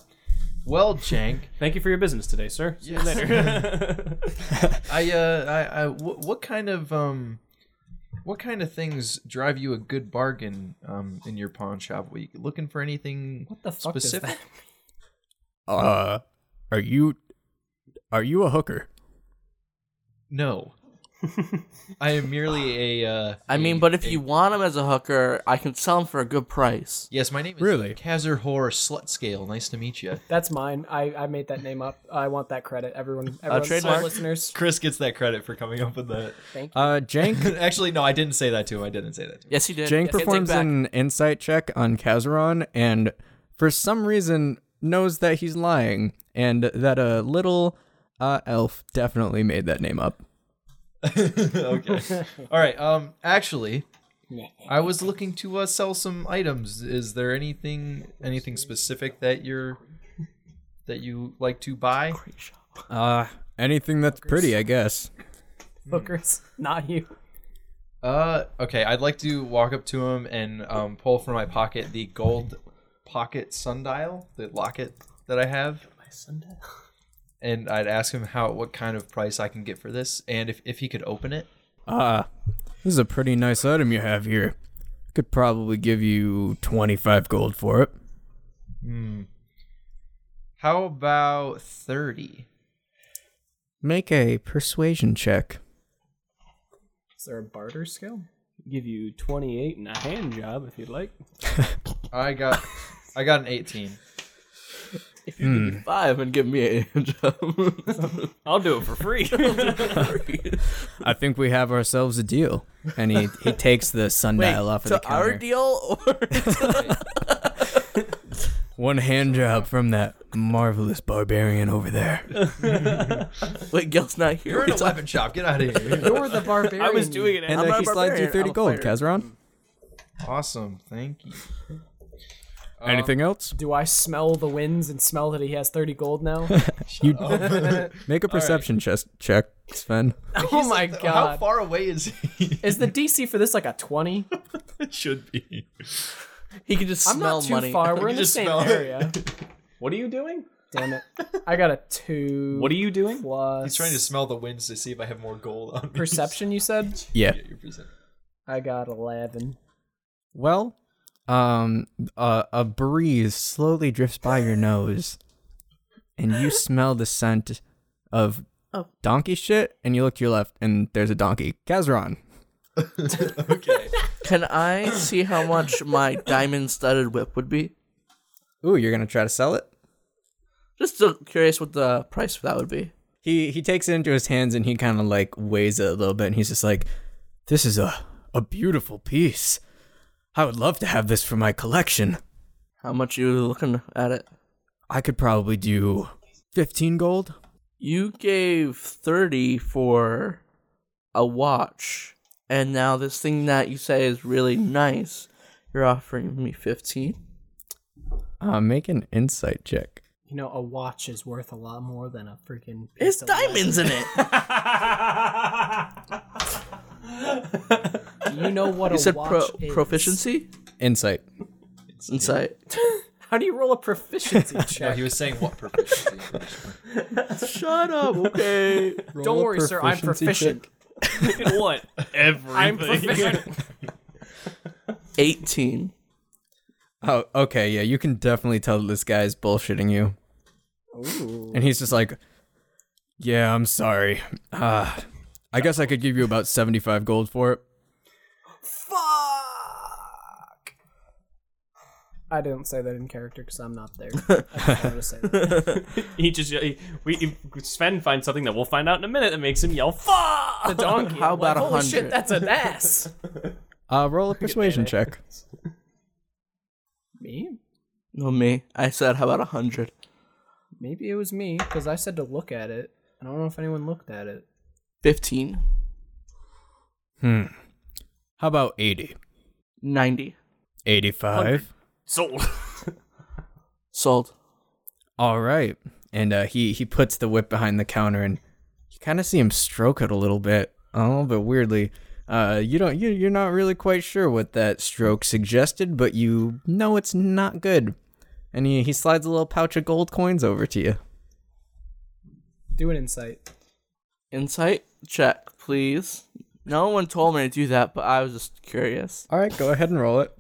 [SPEAKER 2] Well, Jank,
[SPEAKER 5] Thank you for your business today, sir. See you
[SPEAKER 2] Yes.
[SPEAKER 5] later.
[SPEAKER 2] I uh, I, I wh- what kind of um, what kind of things drive you a good bargain um in your pawn shop? Were you looking for anything
[SPEAKER 7] What the fuck is
[SPEAKER 2] specific?
[SPEAKER 7] that?
[SPEAKER 4] uh are you are you a hooker
[SPEAKER 2] No, I am merely a. Uh,
[SPEAKER 6] I mean,
[SPEAKER 2] a-
[SPEAKER 6] but if
[SPEAKER 2] a-
[SPEAKER 6] you want him as a hooker, I can sell him for a good price.
[SPEAKER 2] yes, my name is
[SPEAKER 4] Really?
[SPEAKER 2] Kazerhor Slutscale. Nice to meet you.
[SPEAKER 7] That's mine. I, I made that name up. I want that credit. Everyone, everyone,
[SPEAKER 6] trademark.
[SPEAKER 7] listeners.
[SPEAKER 2] Chris gets that credit for coming up with that.
[SPEAKER 4] uh jank
[SPEAKER 2] Actually, no, I didn't say that to him. I didn't say that to him.
[SPEAKER 6] Yes, he did.
[SPEAKER 4] jank
[SPEAKER 6] Yes, I take
[SPEAKER 4] performs
[SPEAKER 6] back.
[SPEAKER 4] an insight check on kazaron and for some reason knows that he's lying and that a little uh elf definitely made that name up
[SPEAKER 2] okay. All right. Um. Actually,
[SPEAKER 7] Nah.
[SPEAKER 2] I was looking to uh, sell some items. Is there anything anything specific that you're that you like to buy?
[SPEAKER 4] Uh, anything that's pretty, I guess.
[SPEAKER 7] Hookers, not you.
[SPEAKER 2] Uh. Okay. I'd like to walk up to him and um, pull from my pocket the gold pocket sundial, the locket that I have. And I'd ask him how what kind of price I can get for this, and if, if he could open it.
[SPEAKER 4] Uh, this is a pretty nice item you have here. Could probably give you 25 gold for it.
[SPEAKER 2] How about thirty?
[SPEAKER 4] Make a persuasion check.
[SPEAKER 7] Is there a barter skill?
[SPEAKER 5] Give you 28 and a hand job if you'd like.
[SPEAKER 2] I got I got an eighteen.
[SPEAKER 6] If you give me five and give me a hand job.
[SPEAKER 5] I'll do it for free.
[SPEAKER 4] I think we have ourselves a deal. And he, he takes the sundial off of
[SPEAKER 6] to
[SPEAKER 4] the counter.
[SPEAKER 6] our deal or
[SPEAKER 4] One hand job from that marvelous barbarian over there.
[SPEAKER 6] wait, Gil's not here.
[SPEAKER 2] You're in a weapon shop. Get out of here.
[SPEAKER 7] You're the barbarian.
[SPEAKER 5] I was doing it.
[SPEAKER 4] And
[SPEAKER 5] And
[SPEAKER 6] I'm
[SPEAKER 4] uh,
[SPEAKER 6] not
[SPEAKER 4] he
[SPEAKER 6] a
[SPEAKER 4] slides you
[SPEAKER 6] barbarian,
[SPEAKER 4] 30
[SPEAKER 6] I'm a
[SPEAKER 4] gold,
[SPEAKER 6] fighter.
[SPEAKER 4] Kazron.
[SPEAKER 2] Awesome. Thank you.
[SPEAKER 4] Anything else?
[SPEAKER 7] Do I smell the winds and smell that he has 30 gold now?
[SPEAKER 4] You make a perception chest check, Sven.
[SPEAKER 7] oh my
[SPEAKER 2] How
[SPEAKER 7] god.
[SPEAKER 2] far away is he?
[SPEAKER 7] Is the DC for this like a 20?
[SPEAKER 3] It should be.
[SPEAKER 6] He can just
[SPEAKER 7] I'm
[SPEAKER 6] smell
[SPEAKER 7] not too
[SPEAKER 6] money.
[SPEAKER 7] far. We're in the
[SPEAKER 2] just
[SPEAKER 7] same
[SPEAKER 2] smell it.
[SPEAKER 7] area.
[SPEAKER 5] what are you doing?
[SPEAKER 7] Damn it. I got a 2.
[SPEAKER 5] What are you doing?
[SPEAKER 7] Plus
[SPEAKER 2] He's trying to smell the winds to see if I have more gold on me.
[SPEAKER 7] perception, you said?
[SPEAKER 4] Yeah.
[SPEAKER 2] Yeah, your percep-
[SPEAKER 7] I got 11.
[SPEAKER 4] Well, um, a, a breeze slowly drifts by your nose, and you smell the scent of donkey shit. And you look to your left, and there's a donkey, Kazron.
[SPEAKER 2] Okay.
[SPEAKER 6] Can I see how much my diamond studded whip would be?
[SPEAKER 4] Ooh, you're gonna try to sell it.
[SPEAKER 6] Just still curious what the price for that would be.
[SPEAKER 4] He he takes it into his hands, and he kind of like weighs it a little bit, and he's just like, "This is a a beautiful piece. I would love to have this for my collection.
[SPEAKER 6] How much you looking at it?
[SPEAKER 4] I could probably do fifteen gold."
[SPEAKER 6] You gave thirty for a watch, and now this thing that you say is really nice, you're offering me fifteen.
[SPEAKER 4] Uh, make an insight check.
[SPEAKER 7] You know, a watch is worth a lot more than a freaking.
[SPEAKER 6] It's
[SPEAKER 7] piece of
[SPEAKER 6] diamonds in it.
[SPEAKER 7] leather. You know what
[SPEAKER 6] You
[SPEAKER 7] a
[SPEAKER 6] said
[SPEAKER 7] watch
[SPEAKER 6] pro-
[SPEAKER 7] is.
[SPEAKER 6] proficiency
[SPEAKER 4] Insight.
[SPEAKER 6] insight.
[SPEAKER 7] How do you roll a proficiency
[SPEAKER 2] no,
[SPEAKER 7] check?
[SPEAKER 2] Oh, he was saying what proficiency.
[SPEAKER 6] Shut up, okay.
[SPEAKER 7] Don't worry, sir. I'm proficient.
[SPEAKER 5] In what?
[SPEAKER 7] I'm proficient.
[SPEAKER 6] Eighteen.
[SPEAKER 4] Oh, okay, yeah, you can definitely tell this guy's bullshitting you. And he's just like, "Yeah, I'm sorry. Uh, I guess I could give you about seventy-five gold for it."
[SPEAKER 7] Fuck. I didn't say that in character because I'm not there. I just wanted to say that.
[SPEAKER 5] He just he, we if Sven finds something that we'll find out in a minute that makes him yell "fuck."
[SPEAKER 7] The donkey.
[SPEAKER 6] How
[SPEAKER 7] I'm like,
[SPEAKER 6] about a
[SPEAKER 7] Holy shit,
[SPEAKER 6] hundred?"
[SPEAKER 7] that's an ass.
[SPEAKER 4] Uh, roll a persuasion check.
[SPEAKER 7] me?
[SPEAKER 6] No me. I said how about a hundred?
[SPEAKER 7] Maybe it was me because I said to look at it. I don't know if anyone looked at it.
[SPEAKER 6] Fifteen.
[SPEAKER 4] Hmm. How about eighty?
[SPEAKER 6] Ninety.
[SPEAKER 4] Eighty-five.
[SPEAKER 5] Sold.
[SPEAKER 6] Sold.
[SPEAKER 4] All right. And uh, he he puts the whip behind the counter, and you kind of see him stroke it a little bit, a little bit weirdly. Uh, you don't you you're not really quite sure what that stroke suggested, but you know it's not good. And he he slides a little pouch of gold coins over to you.
[SPEAKER 7] Do an insight.
[SPEAKER 6] Insight check, please. No one told me to do that, but I was just curious.
[SPEAKER 4] All right, go ahead and roll it.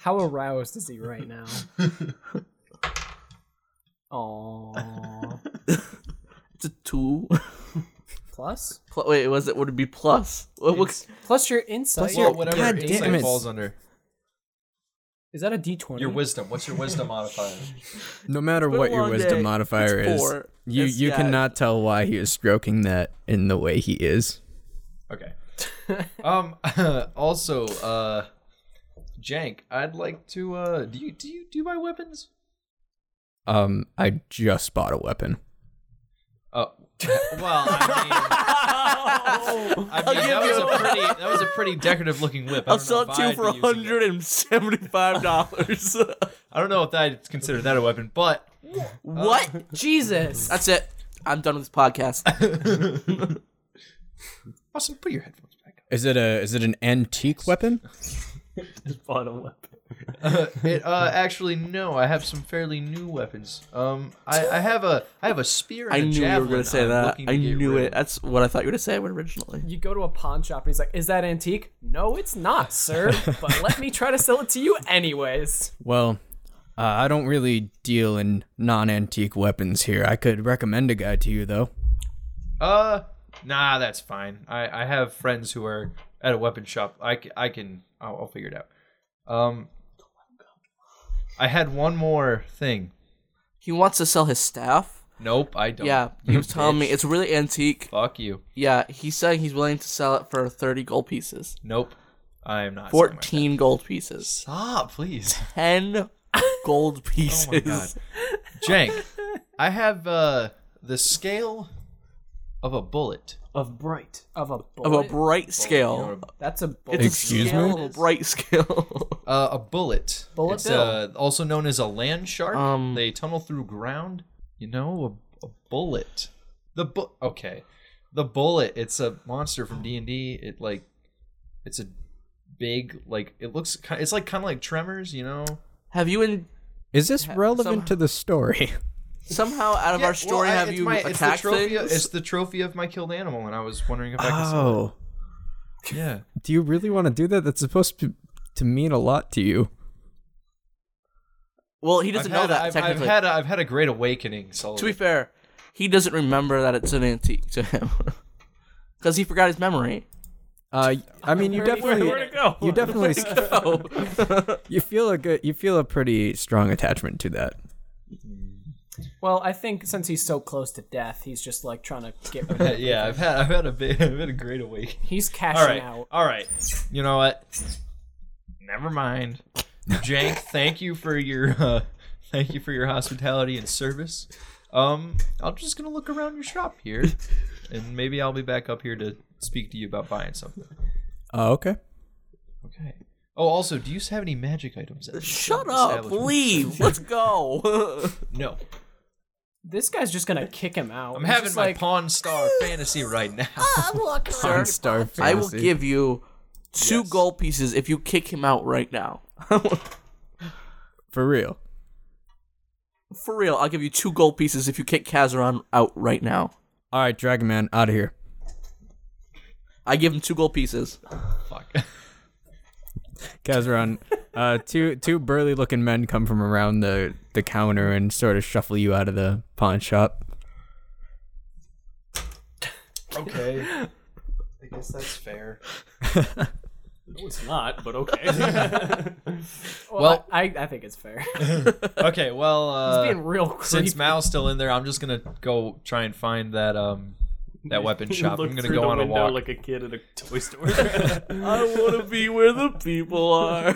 [SPEAKER 7] How aroused is he right now? Aww.
[SPEAKER 6] It's a two.
[SPEAKER 7] Plus?
[SPEAKER 6] Pl- wait, was it? Would it be plus? What, what,
[SPEAKER 7] Plus your insight.
[SPEAKER 4] Plus
[SPEAKER 2] well,
[SPEAKER 4] your-
[SPEAKER 2] whatever
[SPEAKER 4] God damn
[SPEAKER 2] insight
[SPEAKER 4] it.
[SPEAKER 2] falls under.
[SPEAKER 7] is that a D20?
[SPEAKER 2] Your wisdom. What's your wisdom modifier?
[SPEAKER 4] No matter
[SPEAKER 6] been a
[SPEAKER 4] what your
[SPEAKER 6] long
[SPEAKER 4] wisdom
[SPEAKER 6] day.
[SPEAKER 4] modifier
[SPEAKER 6] It's
[SPEAKER 4] is,
[SPEAKER 6] four.
[SPEAKER 4] you
[SPEAKER 6] It's-
[SPEAKER 4] you
[SPEAKER 6] yeah.
[SPEAKER 4] cannot tell why he is stroking that in the way he is.
[SPEAKER 2] Okay. Um. also, uh, Jank, I'd like to. Uh, do you do you do you buy weapons?
[SPEAKER 4] Um, I just bought a weapon.
[SPEAKER 2] Oh, well, I mean, I mean that was a pretty that was a pretty decorative looking whip. I
[SPEAKER 6] I'll
[SPEAKER 2] don't
[SPEAKER 6] sell
[SPEAKER 2] know
[SPEAKER 6] it
[SPEAKER 2] if
[SPEAKER 6] to you
[SPEAKER 2] I'd
[SPEAKER 6] for
[SPEAKER 2] be using it.
[SPEAKER 6] hundred and seventy-five dollars.
[SPEAKER 2] I don't know if I'd consider that a weapon, but
[SPEAKER 6] what?
[SPEAKER 7] Jesus.
[SPEAKER 6] That's it. I'm done with this podcast.
[SPEAKER 2] Austin, put your headphones back.
[SPEAKER 4] Is it a is it an antique weapon?
[SPEAKER 5] Bought a weapon.
[SPEAKER 2] It, uh, actually, no. I have some fairly new weapons. Um, I, I have a I have a spear. And
[SPEAKER 6] I
[SPEAKER 2] a
[SPEAKER 6] knew you were
[SPEAKER 2] javelin
[SPEAKER 6] gonna say
[SPEAKER 2] I'm
[SPEAKER 6] that.
[SPEAKER 2] looking to
[SPEAKER 6] I
[SPEAKER 2] get
[SPEAKER 6] knew
[SPEAKER 2] rid
[SPEAKER 6] it.
[SPEAKER 2] of.
[SPEAKER 6] That's what I thought you were gonna say originally.
[SPEAKER 7] You go to a pawn shop and he's like, "Is that antique?" No, it's not, sir. but let me try to sell it to you anyways.
[SPEAKER 4] Well, uh, I don't really deal in non-antique weapons here. I could recommend a guy to you though.
[SPEAKER 2] Uh, nah, that's fine. I, I have friends who are at a weapon shop. I, c- I can, I'll, I'll figure it out. Um, I had one more thing.
[SPEAKER 6] He wants to sell his staff.
[SPEAKER 2] Nope, I don't.
[SPEAKER 6] Yeah, he was telling me it's really antique.
[SPEAKER 2] Fuck you.
[SPEAKER 6] Yeah, he's saying he's willing to sell it for thirty gold pieces,
[SPEAKER 2] Nope. I am not. selling my-
[SPEAKER 6] fourteen gold pieces,
[SPEAKER 2] Stop, please.
[SPEAKER 6] ten gold pieces.
[SPEAKER 2] Oh God. Jank, I have, uh, the scale of a bullet.
[SPEAKER 5] Of bright.
[SPEAKER 7] Of a
[SPEAKER 6] of a
[SPEAKER 7] bullet.
[SPEAKER 6] bright scale.
[SPEAKER 7] That's a bullet.
[SPEAKER 6] It's
[SPEAKER 4] Excuse
[SPEAKER 6] a scale
[SPEAKER 4] me?
[SPEAKER 6] Of a bright scale.
[SPEAKER 2] Uh, a bullet.
[SPEAKER 7] Bullet
[SPEAKER 2] it's,
[SPEAKER 7] bill.
[SPEAKER 2] Uh, also known as a land shark.
[SPEAKER 6] Um,
[SPEAKER 2] they tunnel through ground. You know, a, a bullet. The bu- okay, the bullet. It's a monster from D and D. It like, it's a big like. It looks. ki it's like kind of like Tremors. You know.
[SPEAKER 6] have you in
[SPEAKER 4] Is this relevant
[SPEAKER 6] somehow-
[SPEAKER 4] to the story?
[SPEAKER 6] somehow out of
[SPEAKER 2] Yeah,
[SPEAKER 6] our story
[SPEAKER 2] well, I-
[SPEAKER 6] have
[SPEAKER 2] it's
[SPEAKER 6] you
[SPEAKER 2] my- it's the
[SPEAKER 6] attacked
[SPEAKER 2] trophy.
[SPEAKER 6] things?
[SPEAKER 2] It's the trophy of my killed animal, and I was wondering if I could. sell
[SPEAKER 4] Oh,
[SPEAKER 2] it. Yeah.
[SPEAKER 4] do you really want to do that? That's supposed to to mean a lot to you.
[SPEAKER 6] well, he doesn't
[SPEAKER 2] I've
[SPEAKER 6] know
[SPEAKER 2] had-
[SPEAKER 6] that
[SPEAKER 2] I've, I've
[SPEAKER 6] technically.
[SPEAKER 2] had a, I've had a great awakening. So
[SPEAKER 6] to be fair, he doesn't remember that it's an antique to him because he forgot his memory.
[SPEAKER 4] Uh, I mean, you definitely
[SPEAKER 5] Where'd it go?
[SPEAKER 4] you definitely you feel a good you feel a pretty strong attachment to that.
[SPEAKER 7] Well, I think since he's so close to death, he's just like trying to get rid of it.
[SPEAKER 2] yeah, I've had I've had a big, I've had a great awakening.
[SPEAKER 7] He's
[SPEAKER 2] All
[SPEAKER 7] cashing
[SPEAKER 2] right.
[SPEAKER 7] out.
[SPEAKER 2] All right. You know what? Never mind. Jank, thank you for your uh, thank you for your hospitality and service. Um, I'm just gonna look around your shop here, and maybe I'll be back up here to speak to you about buying something.
[SPEAKER 4] Oh, okay.
[SPEAKER 2] Okay. Oh, also, do you have any magic items? At the
[SPEAKER 6] Shut up!
[SPEAKER 2] establishment?
[SPEAKER 6] Leave. Let's go.
[SPEAKER 2] No,
[SPEAKER 7] This guy's just gonna kick him out.
[SPEAKER 2] I'm
[SPEAKER 7] He's
[SPEAKER 2] having
[SPEAKER 7] just
[SPEAKER 2] my
[SPEAKER 7] like,
[SPEAKER 2] Pawn Star fantasy right now.
[SPEAKER 6] Ah. Sir,
[SPEAKER 4] Star
[SPEAKER 6] I will
[SPEAKER 4] Fantasy.
[SPEAKER 6] give you two gold pieces if you kick him out right now.
[SPEAKER 4] for real.
[SPEAKER 6] For real, I'll give you two gold pieces if you kick Kazaron out right now.
[SPEAKER 4] All right, Dragon Man, out of here.
[SPEAKER 6] I give him two gold pieces.
[SPEAKER 2] Fuck.
[SPEAKER 4] Kazran, uh, two two burly looking men come from around the the counter and sort of shuffle you out of the pawn shop.
[SPEAKER 2] Okay. I guess that's fair.
[SPEAKER 5] No, it's not, but okay.
[SPEAKER 7] well, I, I think it's fair. He's
[SPEAKER 2] Okay. Well, uh,
[SPEAKER 7] being real creepy.
[SPEAKER 2] since Mao's still in there, I'm just gonna go try and find that um that weapon shop.
[SPEAKER 5] Look
[SPEAKER 2] I'm gonna
[SPEAKER 5] through
[SPEAKER 2] go
[SPEAKER 5] the
[SPEAKER 2] on a
[SPEAKER 5] window
[SPEAKER 2] walk.
[SPEAKER 5] like a kid at a toy store.
[SPEAKER 6] I want to be where the people are.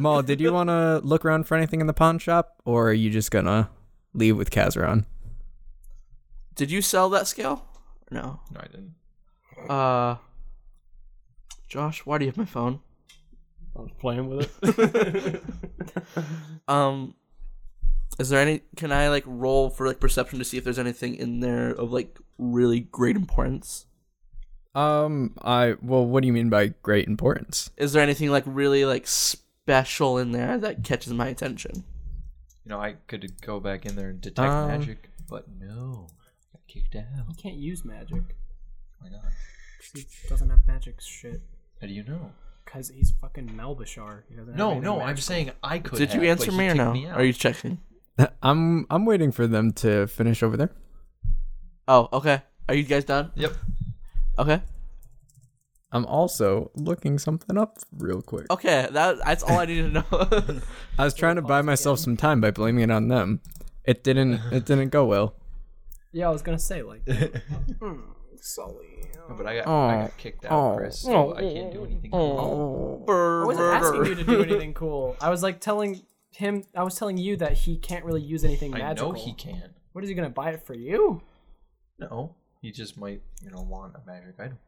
[SPEAKER 4] Maul, did you want to look around for anything in the pawn shop, or are you just gonna leave with Kazran?
[SPEAKER 6] Did you sell that scale? No.
[SPEAKER 2] no, I didn't.
[SPEAKER 6] Uh, Josh, why do you have my phone?
[SPEAKER 5] I was playing with it.
[SPEAKER 6] Um, is there any? Can I like roll for like perception to see if there's anything in there of like really great importance?
[SPEAKER 4] Um, I well, what do you mean by great importance?
[SPEAKER 6] Is there anything like really like special in there that catches my attention?
[SPEAKER 2] You know, I could go back in there and detect
[SPEAKER 4] Um,
[SPEAKER 2] magic, but no, I got kicked out. Oh
[SPEAKER 7] Can't use magic.
[SPEAKER 2] Why not?
[SPEAKER 7] He doesn't have magic shit.
[SPEAKER 2] How do you know?
[SPEAKER 7] Cause he's fucking Malbashar. He doesn't. have
[SPEAKER 2] No,
[SPEAKER 7] anything
[SPEAKER 2] no,
[SPEAKER 7] magic.
[SPEAKER 2] I'm saying I could.
[SPEAKER 6] Did you
[SPEAKER 2] have,
[SPEAKER 6] answer
[SPEAKER 2] but
[SPEAKER 6] me or
[SPEAKER 2] kicked
[SPEAKER 6] no?
[SPEAKER 2] me out.
[SPEAKER 6] Are you checking?
[SPEAKER 4] I'm I'm waiting for them to finish over there.
[SPEAKER 6] Oh, okay. Are you guys done?
[SPEAKER 2] Yep.
[SPEAKER 6] Okay.
[SPEAKER 4] I'm also looking something up real quick.
[SPEAKER 6] Okay. That that's all I need to know.
[SPEAKER 4] I was trying to buy myself some time by blaming it on them. It didn't it didn't go well.
[SPEAKER 7] Yeah, I was gonna say like. Hmm, Sully.
[SPEAKER 2] No, but I got, I
[SPEAKER 4] Oh,
[SPEAKER 2] got kicked out, Chris.
[SPEAKER 6] Oh.
[SPEAKER 2] So I can't do anything.
[SPEAKER 5] Oh,
[SPEAKER 7] I wasn't asking you
[SPEAKER 6] Burger.
[SPEAKER 7] to do anything cool. I was like telling him. I was telling you that he can't really use anything
[SPEAKER 2] I
[SPEAKER 7] magical.
[SPEAKER 2] know he can.
[SPEAKER 7] What is he gonna buy it for you?
[SPEAKER 2] No, you just might, you know, want a magic item.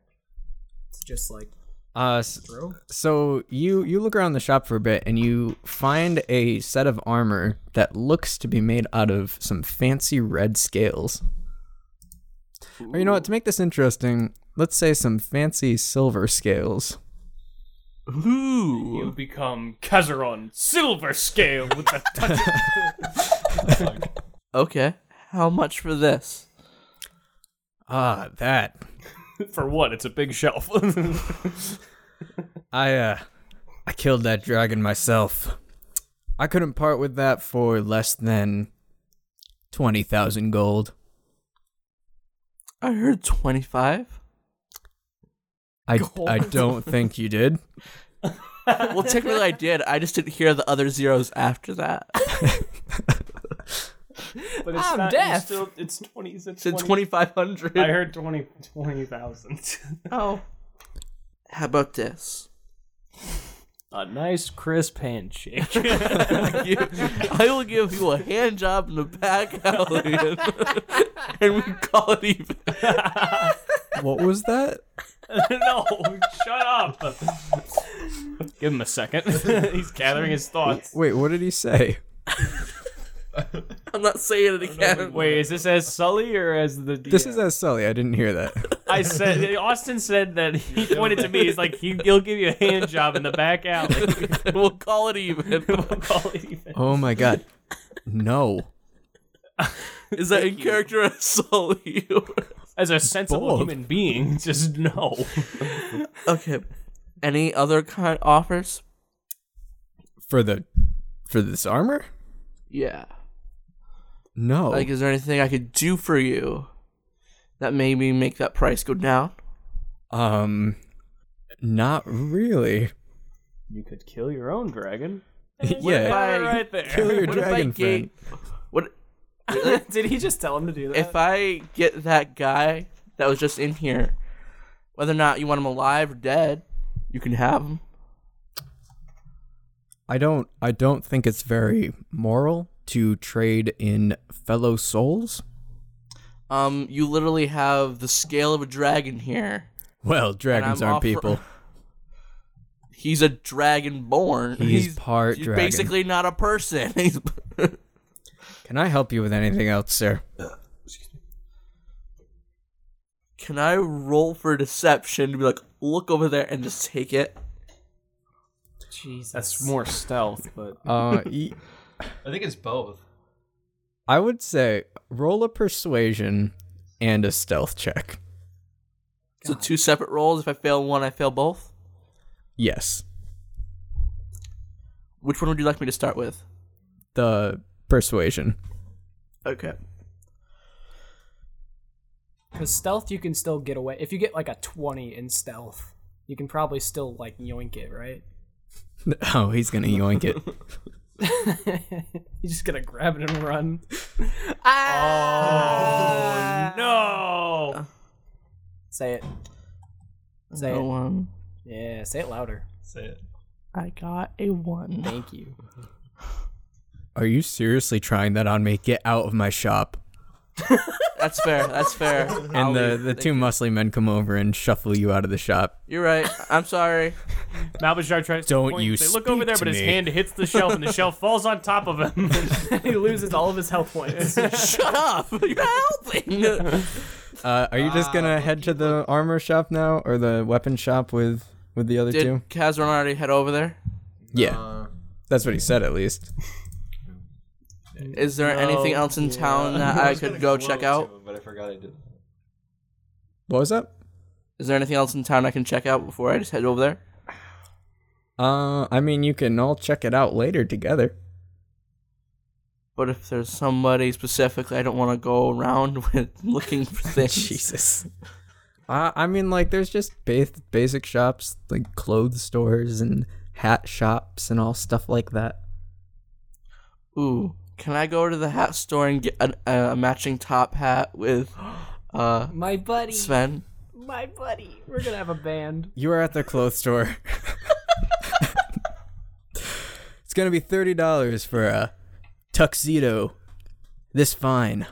[SPEAKER 7] It's just like
[SPEAKER 4] Uh, s-
[SPEAKER 7] throw.
[SPEAKER 4] so you you look around the shop for a bit and you find a set of armor that looks to be made out of some fancy red scales. Or you know what? To make this interesting, let's say some fancy silver scales.
[SPEAKER 5] You become Kazaron Silver Scale with a touch of
[SPEAKER 6] Okay. How much for this?
[SPEAKER 4] Ah, that
[SPEAKER 3] For what? It's a big shelf.
[SPEAKER 4] I uh I killed that dragon myself. I couldn't part with that for less than 20,000 gold.
[SPEAKER 6] I heard 25.
[SPEAKER 4] I I don't think you did.
[SPEAKER 6] Well, technically I did. I just didn't hear the other zeros after that.
[SPEAKER 5] But it's
[SPEAKER 7] I'm
[SPEAKER 5] not, you
[SPEAKER 7] deaf.
[SPEAKER 5] Still, it's twenty. It's a
[SPEAKER 6] It's in
[SPEAKER 5] 20
[SPEAKER 6] 2500.
[SPEAKER 5] I heard 20 20,000.
[SPEAKER 6] Oh. How about this?
[SPEAKER 5] a nice crisp handshake.
[SPEAKER 6] I will give you a hand job in the back alley and, and we call it even.
[SPEAKER 4] What was that?
[SPEAKER 5] no, shut up. Give him a second. He's gathering his thoughts.
[SPEAKER 4] Wait, what did he say?
[SPEAKER 6] I'm not saying it again.
[SPEAKER 5] Oh, Wait, is this as Sully or as the?
[SPEAKER 4] This is as Sully. I didn't hear that.
[SPEAKER 5] I said Austin said that he pointed to me. He's like, he, he'll give you a hand job in the back alley.
[SPEAKER 6] we'll call it even.
[SPEAKER 5] Call it even.
[SPEAKER 4] Oh my god. No.
[SPEAKER 6] Is that in character as Sully?
[SPEAKER 5] As a sensible
[SPEAKER 4] Bold.
[SPEAKER 5] human being, just no.
[SPEAKER 6] okay. Any other kind offers?
[SPEAKER 4] For the for this armor?
[SPEAKER 6] Yeah. Oh.
[SPEAKER 4] No.
[SPEAKER 6] Like, is there anything I could do for you that maybe make that price go down?
[SPEAKER 4] Um not really.
[SPEAKER 5] You could kill your own dragon.
[SPEAKER 4] yeah.
[SPEAKER 6] Bye.
[SPEAKER 5] Right there.
[SPEAKER 4] Kill your
[SPEAKER 6] What if I
[SPEAKER 4] dragon friend.
[SPEAKER 6] gave- What
[SPEAKER 7] Did he just tell him to do that?
[SPEAKER 6] if I get that guy that was just in here? Whether or not you want him alive or dead, you can have him.
[SPEAKER 4] I don't I don't think it's very moral to trade in fellow souls.
[SPEAKER 6] Um, you literally have the scale of a dragon here.
[SPEAKER 4] Well, dragons
[SPEAKER 6] I'm
[SPEAKER 4] aren't
[SPEAKER 6] offer-
[SPEAKER 4] people.
[SPEAKER 6] He's a dragon born.
[SPEAKER 4] He's part
[SPEAKER 6] he's
[SPEAKER 4] dragon.
[SPEAKER 6] basically not a person. He's-
[SPEAKER 4] Can I help you with anything else, sir?
[SPEAKER 6] Can I roll for deception to be like, look over there and just take it?
[SPEAKER 7] Jesus.
[SPEAKER 5] That's more stealth, but
[SPEAKER 4] Uh, y-
[SPEAKER 2] I think it's both.
[SPEAKER 4] I would say roll a persuasion and a stealth check.
[SPEAKER 6] So two separate rolls. If I fail one, I fail both.
[SPEAKER 4] Yes,
[SPEAKER 6] Which one would you like me to start with?
[SPEAKER 4] the persuasion.
[SPEAKER 6] Okay.
[SPEAKER 7] Because stealth, you can still get away. If you get like a 20 in stealth, you can probably still like yoink it, right?
[SPEAKER 4] Oh, he's gonna yoink it.
[SPEAKER 7] You're just gonna grab it and run.
[SPEAKER 5] no.
[SPEAKER 7] Say it. Say
[SPEAKER 6] A
[SPEAKER 7] it.
[SPEAKER 6] one.
[SPEAKER 7] Yeah, say it louder.
[SPEAKER 6] I got a one.
[SPEAKER 7] Thank you.
[SPEAKER 4] Are you seriously trying that on me? Get out of my shop!
[SPEAKER 6] That's fair. That's fair. and
[SPEAKER 4] And the the two muscly men come over and shuffle you out of the shop.
[SPEAKER 6] You're right. I'm sorry.
[SPEAKER 5] Malbashar tries to
[SPEAKER 4] Don't
[SPEAKER 5] point,
[SPEAKER 4] you
[SPEAKER 5] They look over
[SPEAKER 4] speak
[SPEAKER 5] there,
[SPEAKER 4] to
[SPEAKER 5] but his
[SPEAKER 4] me.
[SPEAKER 5] hand hits the shelf, and the shelf falls on top of him.
[SPEAKER 7] he loses all of his health points.
[SPEAKER 6] Shut up. You're not helping.
[SPEAKER 4] Uh, are you just gonna head to the armor shop now, or the weapon shop with with the other two?
[SPEAKER 6] Did Kazron already head over there?
[SPEAKER 4] Yeah,
[SPEAKER 2] Uh,
[SPEAKER 4] that's what he said at least.
[SPEAKER 6] Is there anything else in town that I could go check out?
[SPEAKER 2] but I forgot I did.
[SPEAKER 4] What was that?
[SPEAKER 6] Is there anything else in town I can check out before I just head over there?
[SPEAKER 4] Uh, I mean, you can all check it out later together.
[SPEAKER 6] But if there's somebody specifically I don't want to go around with looking for things.
[SPEAKER 4] Jesus. I Uh, I mean, like, there's just ba- basic shops, like clothes stores and hat shops and all stuff like that.
[SPEAKER 6] Ooh, can I go to the hat store and get an, a matching top hat with uh
[SPEAKER 7] My buddy.
[SPEAKER 6] Sven?
[SPEAKER 7] My buddy. We're gonna have a band.
[SPEAKER 4] You are at the clothes store. it's gonna be thirty dollars for a tuxedo. This fine.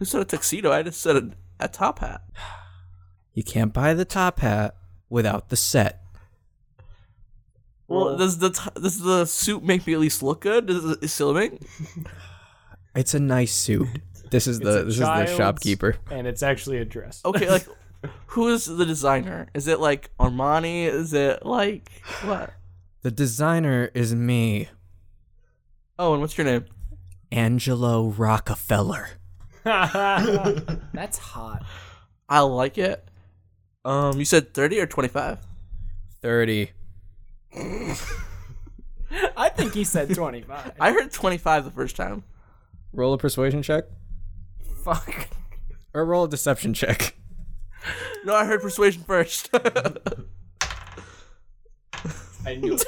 [SPEAKER 6] Who said a tuxedo? I just said a, a top hat.
[SPEAKER 4] You can't buy the top hat without the set.
[SPEAKER 6] Well, does the t- does the suit make me at least look good? Does it, is it make?
[SPEAKER 4] It's a nice suit. This is the
[SPEAKER 3] a
[SPEAKER 4] this is the
[SPEAKER 3] child's-
[SPEAKER 4] shopkeeper.
[SPEAKER 3] and it's actually a dress.
[SPEAKER 6] Okay, like who is the designer? Is it like Armani? Is it like what?
[SPEAKER 4] The designer is me,
[SPEAKER 6] Oh, and what's your name?
[SPEAKER 4] Angelo Rockefeller.
[SPEAKER 7] That's hot.
[SPEAKER 6] I like it. Um, you said thirty or twenty five.
[SPEAKER 4] 30.
[SPEAKER 7] I think he said 25.
[SPEAKER 6] I heard twenty five the first time.
[SPEAKER 4] Roll a persuasion check
[SPEAKER 7] Fuck.
[SPEAKER 4] or roll a deception check.
[SPEAKER 6] No, I heard persuasion first.
[SPEAKER 5] I knew it.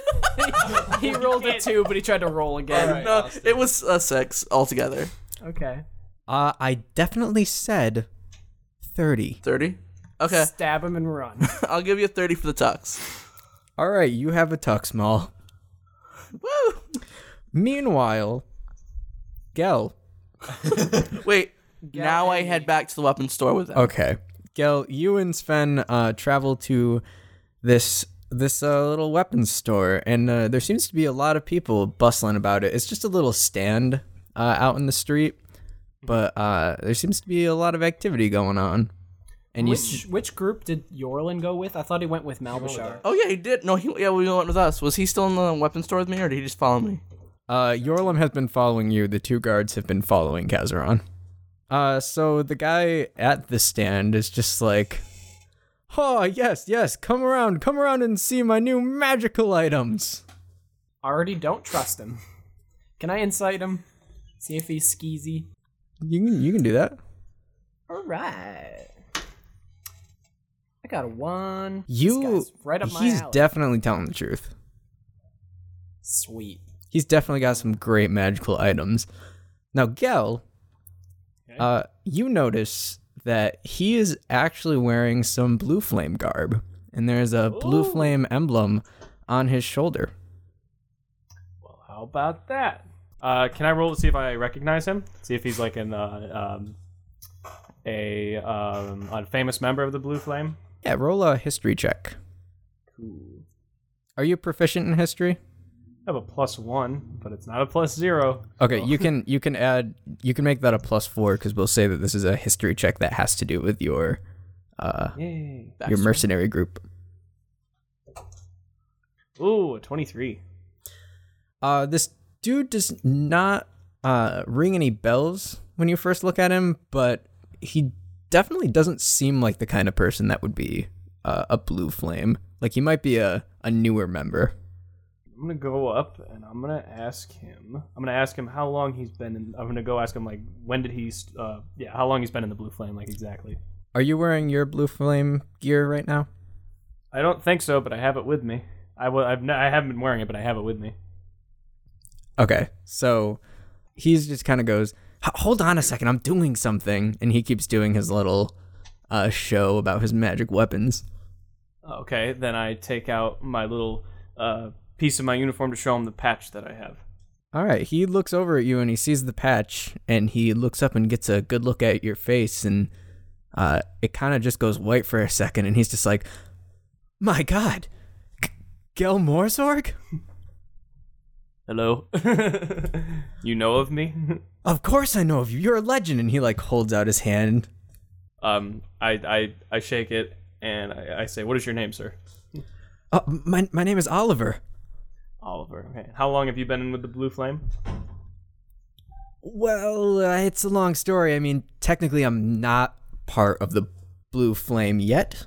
[SPEAKER 7] He rolled a 2, but he tried to roll again.
[SPEAKER 6] no, it was a six altogether.
[SPEAKER 7] Okay.
[SPEAKER 4] Uh, I definitely said 30.
[SPEAKER 6] Thirty. Okay,
[SPEAKER 7] Stab him and run.
[SPEAKER 6] I'll give you a thirty for the tux.
[SPEAKER 4] All right, you have a tux mall.
[SPEAKER 6] Woo!
[SPEAKER 4] Meanwhile, Gel.
[SPEAKER 6] Wait, now I head back to the weapons store with them.
[SPEAKER 4] Okay. Gel, you and Sven uh, travel to this this uh, little weapons store, and uh, there seems to be a lot of people bustling about it. It's just a little stand uh, out in the street, but uh, there seems to be a lot of activity going on. And you, s-
[SPEAKER 7] Which which group did Yorlin go with? I thought he went with Malbashar.
[SPEAKER 6] Oh yeah, he did. No, he yeah, we went with us. Was he still in the weapons store with me, or did he just follow me?
[SPEAKER 4] Uh, Yorlum has been following you. The two guards have been following Kazaron. Uh, so the guy at the stand is just like, "Oh yes, yes, come around, come around and see my new magical items."
[SPEAKER 7] Already don't trust him. Can I incite him? See if he's skeezy.
[SPEAKER 4] You can you can do that.
[SPEAKER 7] Alright. I got a one. This
[SPEAKER 4] You
[SPEAKER 7] guy's right up my
[SPEAKER 4] He's
[SPEAKER 7] alley.
[SPEAKER 4] definitely telling the truth.
[SPEAKER 7] Sweet.
[SPEAKER 4] He's definitely got some great magical items. Now, Gel, uh, you notice that he is actually wearing some blue flame garb, and there's a blue flame emblem on his shoulder.
[SPEAKER 5] How about that? Uh, can I roll to see if I recognize him? See if he's like an uh, um, a um, a famous member of the Blue Flame.
[SPEAKER 4] Yeah, roll a history check. Cool. Are you proficient in history?
[SPEAKER 5] I have a plus one, but it's not a plus zero.
[SPEAKER 4] Okay, you can you can add you can make that a plus four because we'll say that this is a history check that has to do with your uh
[SPEAKER 5] Yay!
[SPEAKER 4] your mercenary group.
[SPEAKER 5] Ooh, a twenty-three.
[SPEAKER 4] Uh, this dude does not uh, ring any bells when you first look at him, but he definitely doesn't seem like the kind of person that would be uh, a blue flame. Like he might be a, a newer member.
[SPEAKER 5] I'm gonna go up and I'm gonna ask him. I'm gonna ask him how long he's been. in I'm gonna go ask him like when did he? st- Uh, yeah, how long he's been in the Blue Flame? Like exactly.
[SPEAKER 4] Are you wearing your blue flame gear right now?
[SPEAKER 5] I don't think so, but I have it with me. I will. I've n- I haven't been wearing it, but I have it with me.
[SPEAKER 4] Okay, so he's just kind of goes, "H- hold on a second, I'm doing something, and he keeps doing his little uh, show about his magic weapons.
[SPEAKER 5] Okay, then I take out my little uh, piece of my uniform to show him the patch that I have.
[SPEAKER 4] All right, he looks over at you and he sees the patch and he looks up and gets a good look at your face and uh, it kind of just goes white for a second and he's just like, "My God, G- Gel Morzorg?
[SPEAKER 5] Hello. you know of me?
[SPEAKER 4] Of course I know of you. You're a legend." And he like holds out his hand.
[SPEAKER 5] um, I, I I shake it and I, I say, "What is your name, sir?"
[SPEAKER 4] Uh, my my name is Oliver.
[SPEAKER 5] Oliver. Okay. How long have you been in with the Blue Flame?
[SPEAKER 4] Well, uh, it's a long story. I mean, technically, I'm not part of the Blue Flame yet.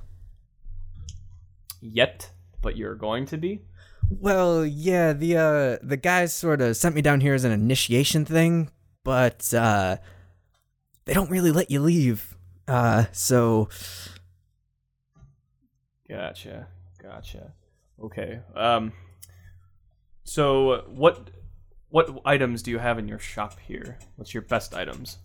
[SPEAKER 5] Yet, but you're going to be.
[SPEAKER 4] Well, yeah, the uh, the guys sort of sent me down here as an initiation thing, but uh, they don't really let you leave. Uh, so
[SPEAKER 5] Gotcha. Gotcha. Okay. Um. So what what items do you have in your shop here? What's your best items?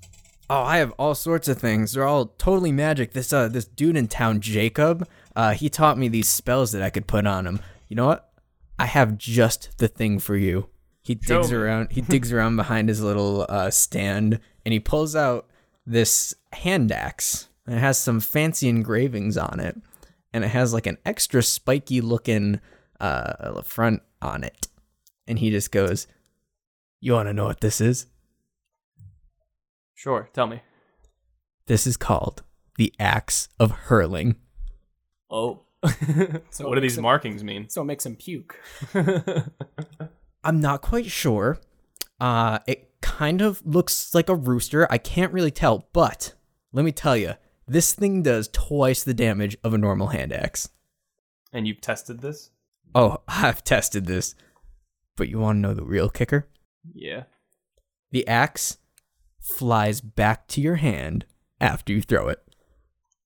[SPEAKER 4] Oh, I have all sorts of things. They're all totally magic. This uh this dude in town, Jacob, uh he taught me these spells that I could put on him. You know what? I have just the thing for you. He digs
[SPEAKER 5] me.
[SPEAKER 4] around he digs around behind his little uh stand and he pulls out this hand axe, and it has some fancy engravings on it, and it has like an extra spiky looking uh, front on it. And he just goes, "You want to know what this is?
[SPEAKER 5] Sure, tell me.
[SPEAKER 4] This is called the axe of hurling."
[SPEAKER 5] Oh.
[SPEAKER 7] So
[SPEAKER 5] what do
[SPEAKER 7] it makes
[SPEAKER 5] these
[SPEAKER 7] him-
[SPEAKER 5] markings mean?
[SPEAKER 7] So it makes him puke.
[SPEAKER 4] I'm not quite sure. Uh, it kind of looks like a rooster. I can't really tell, but let me tell you, this thing does twice the damage of a normal hand axe.
[SPEAKER 5] And you've tested this?
[SPEAKER 4] Oh, I've tested this. But you want to know the real kicker?
[SPEAKER 5] Yeah.
[SPEAKER 4] The axe flies back to your hand after you throw it.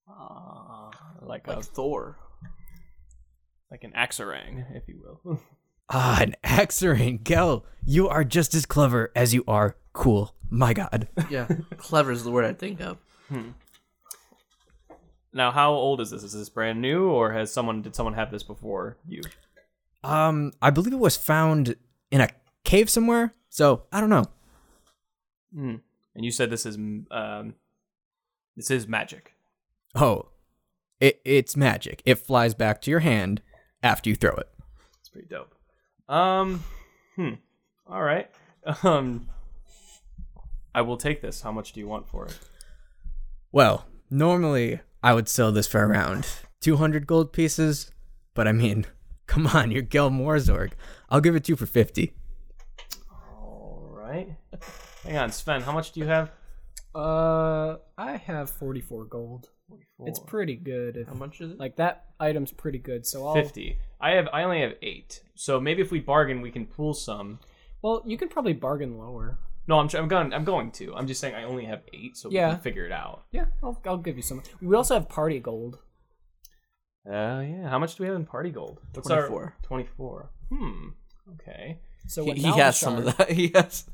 [SPEAKER 5] Ah, Like,
[SPEAKER 6] Like
[SPEAKER 5] a
[SPEAKER 6] Thor.
[SPEAKER 5] like an axorang, if you will.
[SPEAKER 4] Ah, an axe ring. Gel, you are just as clever as you are cool. My god.
[SPEAKER 6] Yeah, clever is the word I think of.
[SPEAKER 5] now, how old is this? Is this brand new, or has someone did someone have this before you?
[SPEAKER 4] Um, I believe it was found in a cave somewhere. So, I don't know.
[SPEAKER 5] Hmm. And you said this is um, this is magic.
[SPEAKER 4] Oh, it, it's magic. It flies back to your hand after you throw it.
[SPEAKER 5] It's pretty dope. Um, hmm. All right. Um, I will take this. How much do you want for it?
[SPEAKER 4] Well, normally I would sell this for around 200 gold pieces, but I mean, come on, you're Gil Morzorg. I'll give it to you for 50.
[SPEAKER 5] All right. Hang on, Sven. How much do you have?
[SPEAKER 7] Uh, I have 44 gold. It's pretty good. If,
[SPEAKER 6] How much is it?
[SPEAKER 7] Like that item's pretty good. So I'll.
[SPEAKER 5] Fifty. I have. I only have eight. So maybe if we bargain, we can pool some.
[SPEAKER 7] Well, you can probably bargain lower.
[SPEAKER 5] No, I'm. tr- I'm going. I'm going to. I'm just saying. I only have eight, so we
[SPEAKER 7] Yeah.
[SPEAKER 5] can figure it out.
[SPEAKER 7] Yeah, I'll, I'll give you some. We also have party gold.
[SPEAKER 5] Oh yeah. How much do we have in party gold? What's
[SPEAKER 6] 24.
[SPEAKER 5] Twenty-four. Hmm. Okay.
[SPEAKER 7] So
[SPEAKER 6] He,
[SPEAKER 7] when
[SPEAKER 6] he has some
[SPEAKER 7] Malishar-
[SPEAKER 6] of that. He has.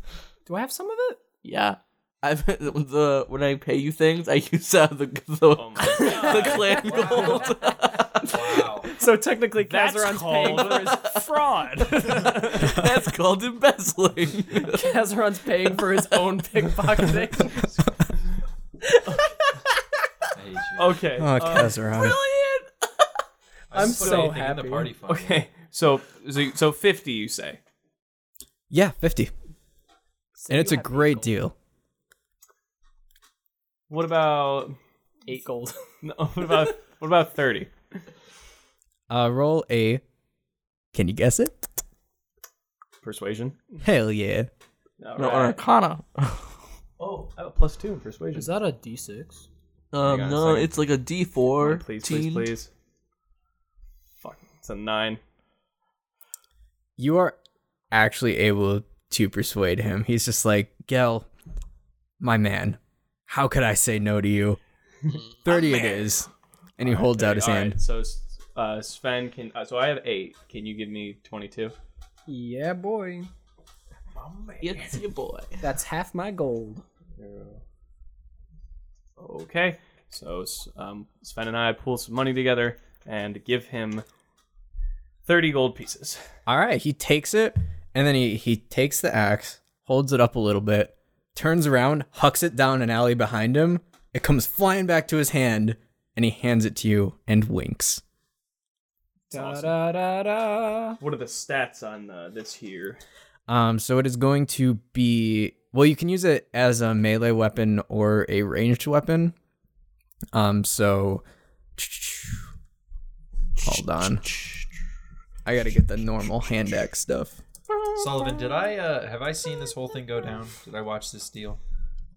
[SPEAKER 7] Do I have some of it?
[SPEAKER 6] Yeah. I the when I pay you things, I use uh, the the,
[SPEAKER 2] Oh
[SPEAKER 6] the clan gold.
[SPEAKER 7] So technically,
[SPEAKER 5] That's
[SPEAKER 7] Kazaron's paying
[SPEAKER 5] called-
[SPEAKER 7] for his fraud.
[SPEAKER 6] That's called embezzling.
[SPEAKER 7] Kazaron's paying for his own pickpocketing.
[SPEAKER 5] Okay.
[SPEAKER 4] Oh, Kazaron.
[SPEAKER 7] I'm so happy.
[SPEAKER 5] Okay. So, so so fifty, you say?
[SPEAKER 4] Yeah, 50. And it's a great deal.
[SPEAKER 5] What about
[SPEAKER 7] Eight gold.
[SPEAKER 5] no, what about what about thirty?
[SPEAKER 4] Uh, roll a. Can you guess it?
[SPEAKER 5] Persuasion.
[SPEAKER 4] Hell yeah.
[SPEAKER 6] No, or Arcana.
[SPEAKER 5] Oh, I have a plus two in persuasion.
[SPEAKER 7] uh, Is that a D6?
[SPEAKER 6] Um,
[SPEAKER 5] on a
[SPEAKER 6] no,
[SPEAKER 5] second.
[SPEAKER 6] it's like a D four.
[SPEAKER 5] please, please, please. Fuck, it's a nine.
[SPEAKER 4] You are actually able to persuade him. He's just like, Gel, my man, how could I say no to you? 30 it is. And he holds out his
[SPEAKER 5] All right,
[SPEAKER 4] hand.
[SPEAKER 5] so uh, Sven can. Uh, so I have eight. Can you give me twenty-two?
[SPEAKER 7] Yeah, boy.
[SPEAKER 6] It's your boy.
[SPEAKER 7] That's half my gold.
[SPEAKER 5] Okay. So um, Sven and I pool some money together and give him thirty gold pieces.
[SPEAKER 4] All right, he takes it and then he he takes the axe, holds it up a little bit, turns around, hucks it down an alley behind him. It comes flying back to his hand and he hands it to you and winks.
[SPEAKER 7] Da da da da.
[SPEAKER 5] What are the stats on uh, this here?
[SPEAKER 4] Um so it is going to be well you can use it as a melee weapon or a ranged weapon. Um so Hold on. I got to get the normal hand axe stuff.
[SPEAKER 2] Sullivan, did I uh, have I seen this whole thing go down? Did I watch this deal?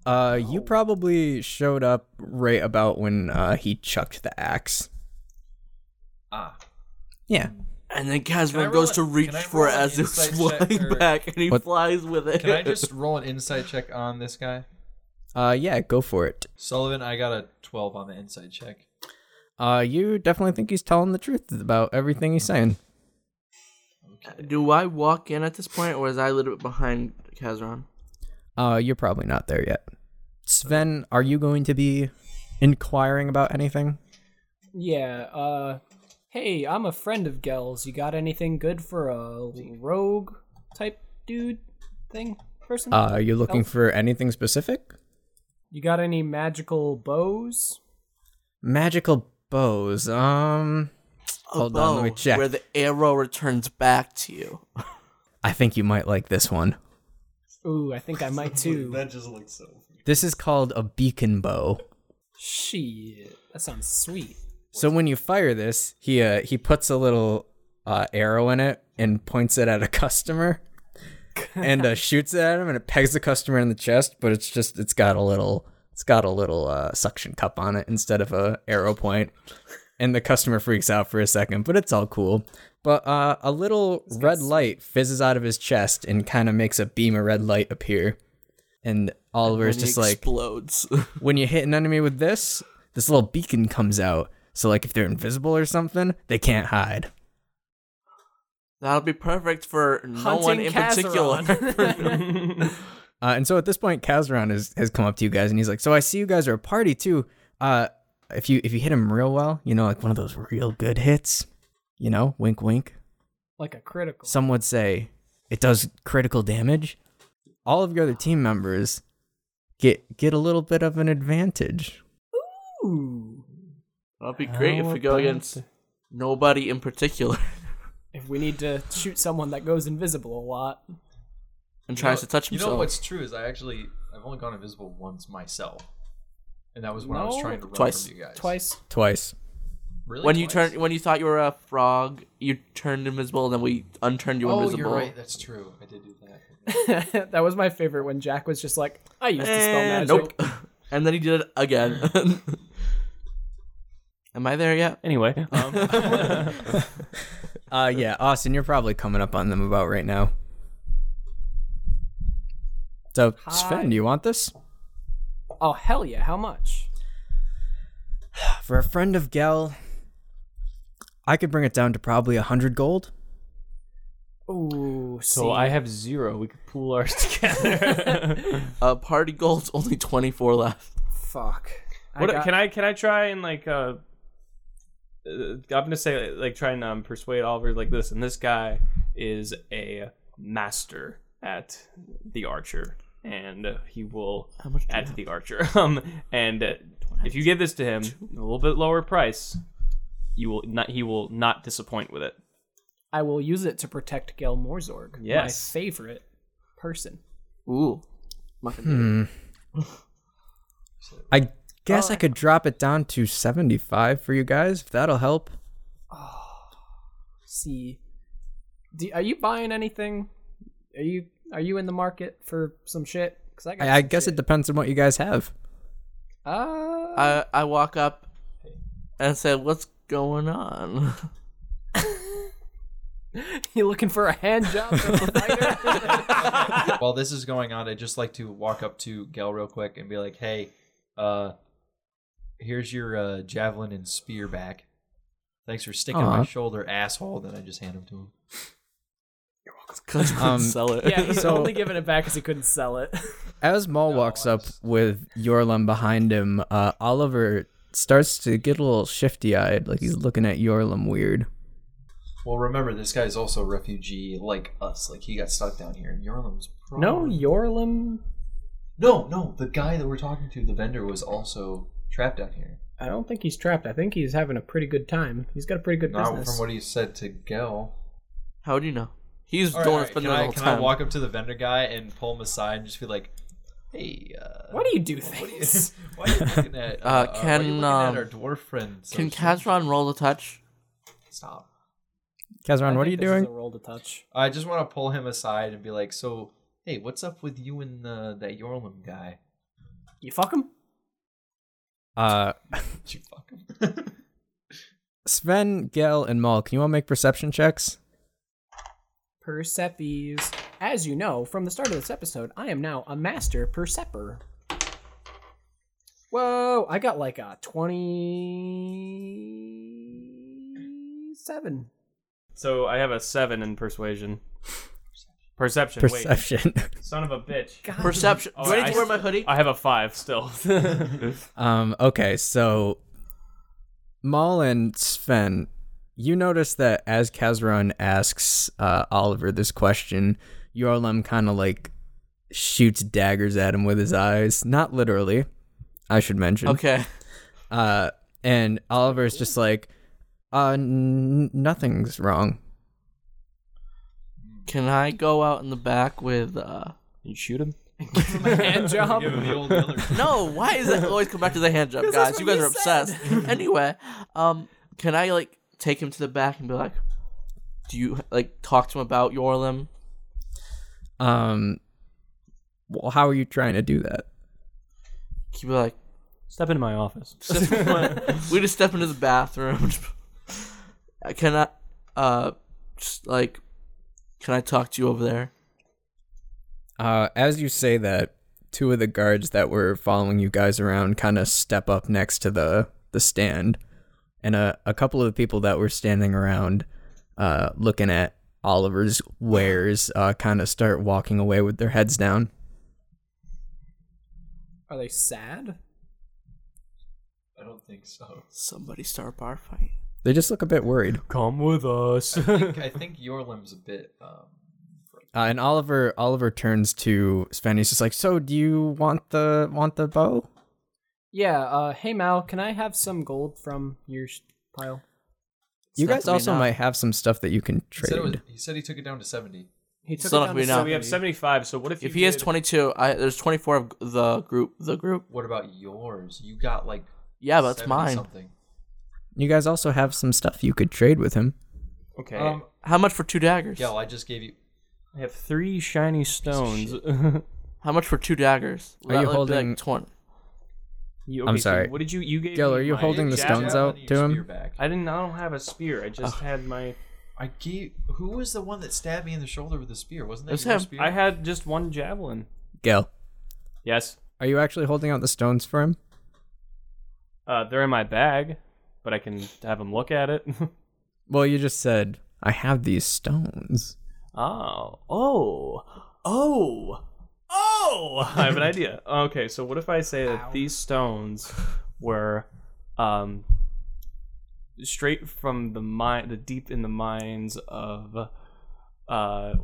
[SPEAKER 4] Uh, you probably showed up right about when uh, he chucked the axe.
[SPEAKER 2] Ah,
[SPEAKER 4] Yeah.
[SPEAKER 6] And then
[SPEAKER 2] Can I
[SPEAKER 6] Kazran
[SPEAKER 2] roll
[SPEAKER 6] goes
[SPEAKER 2] it-
[SPEAKER 6] to reach
[SPEAKER 2] can I
[SPEAKER 6] for it
[SPEAKER 2] roll an
[SPEAKER 6] as it's
[SPEAKER 2] insight check,
[SPEAKER 6] flying
[SPEAKER 2] or-
[SPEAKER 6] back, and he
[SPEAKER 4] What-
[SPEAKER 6] flies with it.
[SPEAKER 2] can I just roll an insight check on this guy?
[SPEAKER 4] Uh, yeah, go for it.
[SPEAKER 2] Sullivan, I got a twelve on the inside check.
[SPEAKER 4] Uh, you definitely think he's telling the truth about everything he's saying.
[SPEAKER 6] Do I walk in at this point, or is I a little bit behind Kazran?
[SPEAKER 4] Uh, you're probably not there yet. Sven, are you going to be inquiring about anything?
[SPEAKER 7] Yeah. Uh, hey, I'm a friend of Gel's. You got anything good for a rogue type dude thing person?
[SPEAKER 4] Uh, are you looking Uh, for anything specific?
[SPEAKER 7] You got any magical bows?
[SPEAKER 4] Magical bows. Um,
[SPEAKER 6] A
[SPEAKER 4] Hold on, let me
[SPEAKER 6] bow
[SPEAKER 4] check.
[SPEAKER 6] Where the arrow returns back to you.
[SPEAKER 4] I think you might like this one.
[SPEAKER 7] Ooh, I think I might too.
[SPEAKER 8] That just looks so.
[SPEAKER 4] This is called a beacon bow.
[SPEAKER 7] Shit, that sounds sweet.
[SPEAKER 4] So when you fire this, he uh, he puts a little uh, arrow in it and points it at a customer, and uh, shoots it at him, and it pegs the customer in the chest. But it's just it's got a little it's got a little uh, suction cup on it instead of a arrow point, and the customer freaks out for a second. But it's all cool. But uh, a little red light fizzes out of his chest and kind of makes a beam of red light appear, and Oliver's
[SPEAKER 6] and
[SPEAKER 4] just
[SPEAKER 6] he
[SPEAKER 4] like
[SPEAKER 6] explodes.
[SPEAKER 4] when you hit an enemy with this, this little beacon comes out. So like if they're invisible or something, they can't hide.
[SPEAKER 6] That'll be perfect for no one in particular.
[SPEAKER 4] Uh, and so at this point, Kazran has has come up to you guys and he's like, "So I see you guys are a party too. Uh, if you if you hit him real well, you know, like one of those real good hits, you know, wink wink.
[SPEAKER 7] like a critical.
[SPEAKER 4] Some would say it does critical damage. All of your other team members get get a little bit of an advantage.
[SPEAKER 7] Ooh.
[SPEAKER 6] That'll be great if we go against nobody in particular
[SPEAKER 7] If we need to shoot someone that goes invisible a lot,
[SPEAKER 6] and tries to touch
[SPEAKER 2] You
[SPEAKER 6] himself.
[SPEAKER 2] know what's true is I actually I've only gone invisible once myself, and that was when I was
[SPEAKER 7] No.
[SPEAKER 2] trying to run
[SPEAKER 6] Twice.
[SPEAKER 2] from you guys.
[SPEAKER 7] twice.
[SPEAKER 4] Twice.
[SPEAKER 2] Really?
[SPEAKER 6] when you
[SPEAKER 2] Twice?
[SPEAKER 6] turn, when you thought you were a frog, you turned invisible, and then we unturned you
[SPEAKER 2] oh,
[SPEAKER 6] invisible.
[SPEAKER 2] you're right. That's true. I did do that.
[SPEAKER 7] that was my favorite when Jack was just like, I used to spell
[SPEAKER 6] Eh,
[SPEAKER 7] magic.
[SPEAKER 6] nope. and then he did it again. Am I there yet?
[SPEAKER 5] Anyway, um,
[SPEAKER 4] Uh, yeah, Austin, you're probably coming up on them about right now. So, Sven, do you want this?
[SPEAKER 7] Oh, hell yeah. How much?
[SPEAKER 4] For a friend of Gel, I could bring it down to probably a 100 gold.
[SPEAKER 7] Ooh,
[SPEAKER 5] um,
[SPEAKER 3] so I have zero. We could pool ours together.
[SPEAKER 6] Uh, party gold's only twenty four left.
[SPEAKER 7] fuck.
[SPEAKER 5] what,
[SPEAKER 7] I got-
[SPEAKER 5] can I can I try and like uh, uh, I'm gonna say like try and um, persuade Oliver like listen this guy is a master at the archer and uh, he will
[SPEAKER 6] How much do you
[SPEAKER 5] add to the archer um and uh, if you give this to him a little bit lower price you will not he will not disappoint with it
[SPEAKER 7] I will use it to protect Gel Morzorg,
[SPEAKER 5] Yes.
[SPEAKER 7] my favorite person.
[SPEAKER 6] Ooh.
[SPEAKER 4] Hmm. I guess I could drop it down to 75 for you guys, if that'll help.
[SPEAKER 7] See, do, are you buying anything? Are you are you in the market for some shit? Cause I, got
[SPEAKER 4] I, I
[SPEAKER 7] some
[SPEAKER 4] guess
[SPEAKER 7] shit.
[SPEAKER 4] it depends on what you guys have.
[SPEAKER 7] Uh,
[SPEAKER 6] I I walk up and say, "What's going on?"
[SPEAKER 7] you looking for a hand job from the fighter?
[SPEAKER 2] While this is going on, I'd just like to walk up to Gel real quick and be like, "Hey, uh, here's your uh, javelin and spear back. Thanks for sticking
[SPEAKER 4] Aw.
[SPEAKER 2] my shoulder, asshole." Then I just hand them to him.
[SPEAKER 6] Because
[SPEAKER 4] Um,
[SPEAKER 6] sell it.
[SPEAKER 7] yeah, he's
[SPEAKER 4] So-
[SPEAKER 7] only giving it back because he couldn't sell it.
[SPEAKER 4] As Maul walks up with Yorlum behind him, uh, Oliver starts to get a little shifty eyed, like he's looking at Yorlum weird.
[SPEAKER 2] Well, remember this guy's also a refugee like us. Like he got stuck down here, and Yorlum's probably...
[SPEAKER 7] no, Yorlim.
[SPEAKER 2] no, no. The guy that we're talking to, the vendor, was also trapped down here.
[SPEAKER 7] I don't think he's trapped. I think he's having a pretty good time. He's got a pretty good
[SPEAKER 2] Not
[SPEAKER 7] business.
[SPEAKER 2] from what he said to Gel.
[SPEAKER 6] How would you know? He's
[SPEAKER 2] All right,
[SPEAKER 6] the
[SPEAKER 2] all
[SPEAKER 6] one
[SPEAKER 2] right,
[SPEAKER 6] that's been
[SPEAKER 2] can
[SPEAKER 6] there the
[SPEAKER 2] I,
[SPEAKER 6] whole
[SPEAKER 2] can
[SPEAKER 6] time.
[SPEAKER 2] I walk up to the vendor guy and pull him aside and just be like, "Hey, uh,
[SPEAKER 7] Why do you do things?
[SPEAKER 2] why are you looking at? Uh,
[SPEAKER 6] Uh,
[SPEAKER 2] uh, why are you
[SPEAKER 6] can,
[SPEAKER 2] looking
[SPEAKER 6] um,
[SPEAKER 2] at our dwarf Oh, friend? so
[SPEAKER 6] Can
[SPEAKER 2] she-
[SPEAKER 6] Kazron roll a touch?
[SPEAKER 2] stop?
[SPEAKER 4] Kazran, what are you doing?
[SPEAKER 7] roll to touch.
[SPEAKER 2] I just want to pull him aside and be like, "So, hey, what's up with you and uh, that Yorlum guy?
[SPEAKER 7] You fuck him.
[SPEAKER 4] Uh,
[SPEAKER 2] Did you fuck him?"
[SPEAKER 4] Sven, Gel, and Maul, can you all make perception checks?
[SPEAKER 7] Persepes. As you know, from the start of this episode, I am now a master percepper. Whoa, I got like uh, a 27.
[SPEAKER 5] so I have a seven in persuasion perception wait
[SPEAKER 4] Perception.
[SPEAKER 5] son of a bitch
[SPEAKER 7] God,
[SPEAKER 6] Perception.
[SPEAKER 5] Oh,
[SPEAKER 6] Do I need
[SPEAKER 5] I-
[SPEAKER 6] to wear my hoodie?
[SPEAKER 5] I have a five still
[SPEAKER 4] um, okay, so Maul and Sven, you notice that as Kazran asks uh, Oliver this question, Yorlum kind of like shoots daggers at him with his eyes. Not literally, I should mention.
[SPEAKER 6] Okay.
[SPEAKER 4] Uh, and Oliver's just like, uh, n- nothing's wrong.
[SPEAKER 6] Can I go out in the back with uh
[SPEAKER 3] You shoot him?
[SPEAKER 7] Hand job.
[SPEAKER 2] Give him the old Miller.
[SPEAKER 6] No, why is that always come back to the hand job,
[SPEAKER 7] that's
[SPEAKER 6] guys? You
[SPEAKER 7] what
[SPEAKER 6] guys are
[SPEAKER 7] you said.
[SPEAKER 6] obsessed. anyway, um can I like take him to the back and be like do you like talk to him about Yorlim?
[SPEAKER 4] Um, well, how are you trying to do that?
[SPEAKER 6] Keep it like
[SPEAKER 3] Step into my office.
[SPEAKER 6] we just step into the bathroom. I cannot, uh, just like, can I talk to you over there?
[SPEAKER 4] Uh, as you say that, two of the guards that were following you guys around kind of step up next to the the stand, and a a couple of the people that were standing around, uh, looking at Oliver's wares, uh, kind of start walking away with their heads down.
[SPEAKER 7] Are they sad?
[SPEAKER 2] I don't think so.
[SPEAKER 6] Somebody start a bar fight.
[SPEAKER 4] They just look a bit worried.
[SPEAKER 3] Come with us.
[SPEAKER 2] I think your limb's a bit. Um,
[SPEAKER 4] Uh, and Oliver Oliver turns to Sven. He's just like, "So, do you want the want the bow?"
[SPEAKER 7] Yeah. Uh, hey Mal, can I have some gold from your sh- pile?
[SPEAKER 6] It's
[SPEAKER 4] you
[SPEAKER 6] not
[SPEAKER 4] guys
[SPEAKER 6] gonna be
[SPEAKER 4] also
[SPEAKER 6] enough.
[SPEAKER 4] might have some stuff that you can
[SPEAKER 2] he, said it was,
[SPEAKER 4] trade.
[SPEAKER 2] he said he took it down to seventy.
[SPEAKER 7] He took
[SPEAKER 6] Son
[SPEAKER 7] it
[SPEAKER 6] of
[SPEAKER 7] down
[SPEAKER 6] a
[SPEAKER 7] to
[SPEAKER 6] now.
[SPEAKER 5] So we have 75. So what if
[SPEAKER 6] If
[SPEAKER 5] you
[SPEAKER 6] he has
[SPEAKER 5] did-
[SPEAKER 6] 22, I there's 24 of the group. The group.
[SPEAKER 2] What about yours? You got like
[SPEAKER 6] Yeah, but that's
[SPEAKER 2] 70
[SPEAKER 6] mine.
[SPEAKER 2] Something.
[SPEAKER 4] You guys also have some stuff you could trade with him.
[SPEAKER 5] Okay.
[SPEAKER 2] Um,
[SPEAKER 6] How much for two daggers?
[SPEAKER 2] Gel, I just gave you.
[SPEAKER 3] I have three shiny stones.
[SPEAKER 6] How much for two daggers?
[SPEAKER 4] Are you
[SPEAKER 6] would be,
[SPEAKER 4] holding-
[SPEAKER 6] Like 20.
[SPEAKER 5] You-
[SPEAKER 4] I'm
[SPEAKER 5] okay, so
[SPEAKER 4] sorry.
[SPEAKER 5] what did you? You gave.
[SPEAKER 4] Gil,
[SPEAKER 5] me
[SPEAKER 4] are you
[SPEAKER 5] my
[SPEAKER 4] holding the
[SPEAKER 5] javelin.
[SPEAKER 4] stones out
[SPEAKER 2] Javelin,
[SPEAKER 4] to
[SPEAKER 2] your
[SPEAKER 4] him?
[SPEAKER 2] spear back.
[SPEAKER 5] I didn't. I don't have a spear. I just had my.
[SPEAKER 2] I gave. Who was the one that stabbed me in the shoulder with the spear? Wasn't that
[SPEAKER 6] It was
[SPEAKER 2] your
[SPEAKER 6] him.
[SPEAKER 2] spear?
[SPEAKER 5] I had just one javelin.
[SPEAKER 4] Gil,
[SPEAKER 5] Yes.
[SPEAKER 4] are you actually holding out the stones for him?
[SPEAKER 5] Uh, they're in my bag, but I can have him look at it.
[SPEAKER 4] Well, you just said I have these stones.
[SPEAKER 5] Oh. Oh. Oh. Oh. I have an idea. Okay, so what if I say that these stones were um straight from the mine the deep in the mines of uh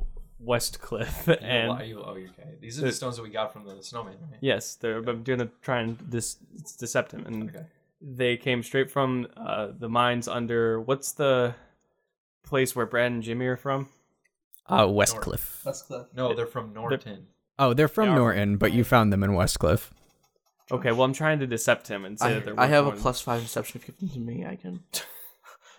[SPEAKER 5] Westcliff
[SPEAKER 2] You li-
[SPEAKER 5] and
[SPEAKER 2] you- oh, you're okay. These are the stones that we got from the snowman. Right?
[SPEAKER 5] yes, they're I'm doing the trying to dis- decept him and
[SPEAKER 2] Okay.
[SPEAKER 5] they came straight from uh the mines under what's the place where Brad and Jimmy are from?
[SPEAKER 4] Uh, Westcliff.
[SPEAKER 2] No, they're from Norton.
[SPEAKER 4] Oh, they're from
[SPEAKER 5] Yeah.
[SPEAKER 4] Norton, but you found them in Westcliff.
[SPEAKER 5] Okay, well I'm trying to decept him and say
[SPEAKER 6] I,
[SPEAKER 5] that they're
[SPEAKER 6] I have a
[SPEAKER 5] worth one.
[SPEAKER 6] plus five deception. If you give them to me, I can.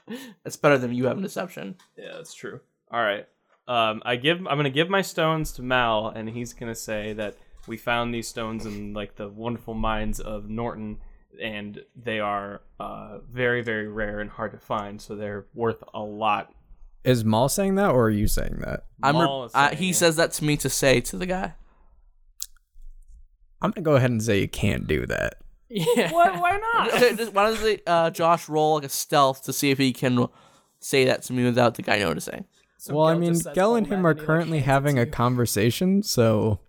[SPEAKER 6] That's better than you having deception.
[SPEAKER 5] Yeah, that's true. All right. Um, I give. I'm gonna give my stones to Mal, and he's gonna say that we found these stones in like the wonderful mines of Norton, and they are uh, very, very rare and hard to find, so they're worth a lot.
[SPEAKER 4] Is Maul saying that, or are you saying that?
[SPEAKER 6] I'm.
[SPEAKER 5] Maul
[SPEAKER 6] Re-
[SPEAKER 5] is
[SPEAKER 6] I,
[SPEAKER 5] saying
[SPEAKER 6] he
[SPEAKER 5] it.
[SPEAKER 6] says that to me to say to the guy.
[SPEAKER 4] I'm gonna go ahead and say you can't do that.
[SPEAKER 7] Yeah.
[SPEAKER 5] Why not?
[SPEAKER 6] Okay, just- why does it, uh, Josh roll like a stealth to see if he can say that to me without the guy noticing?
[SPEAKER 7] So
[SPEAKER 4] well, I
[SPEAKER 7] Gil
[SPEAKER 4] mean,
[SPEAKER 7] just says,
[SPEAKER 4] Gel
[SPEAKER 7] "Oh,
[SPEAKER 4] and him
[SPEAKER 7] Matt,"
[SPEAKER 4] are
[SPEAKER 7] and he, like,
[SPEAKER 4] currently
[SPEAKER 7] hands it
[SPEAKER 4] having
[SPEAKER 7] to
[SPEAKER 4] a
[SPEAKER 7] you.
[SPEAKER 4] conversation, so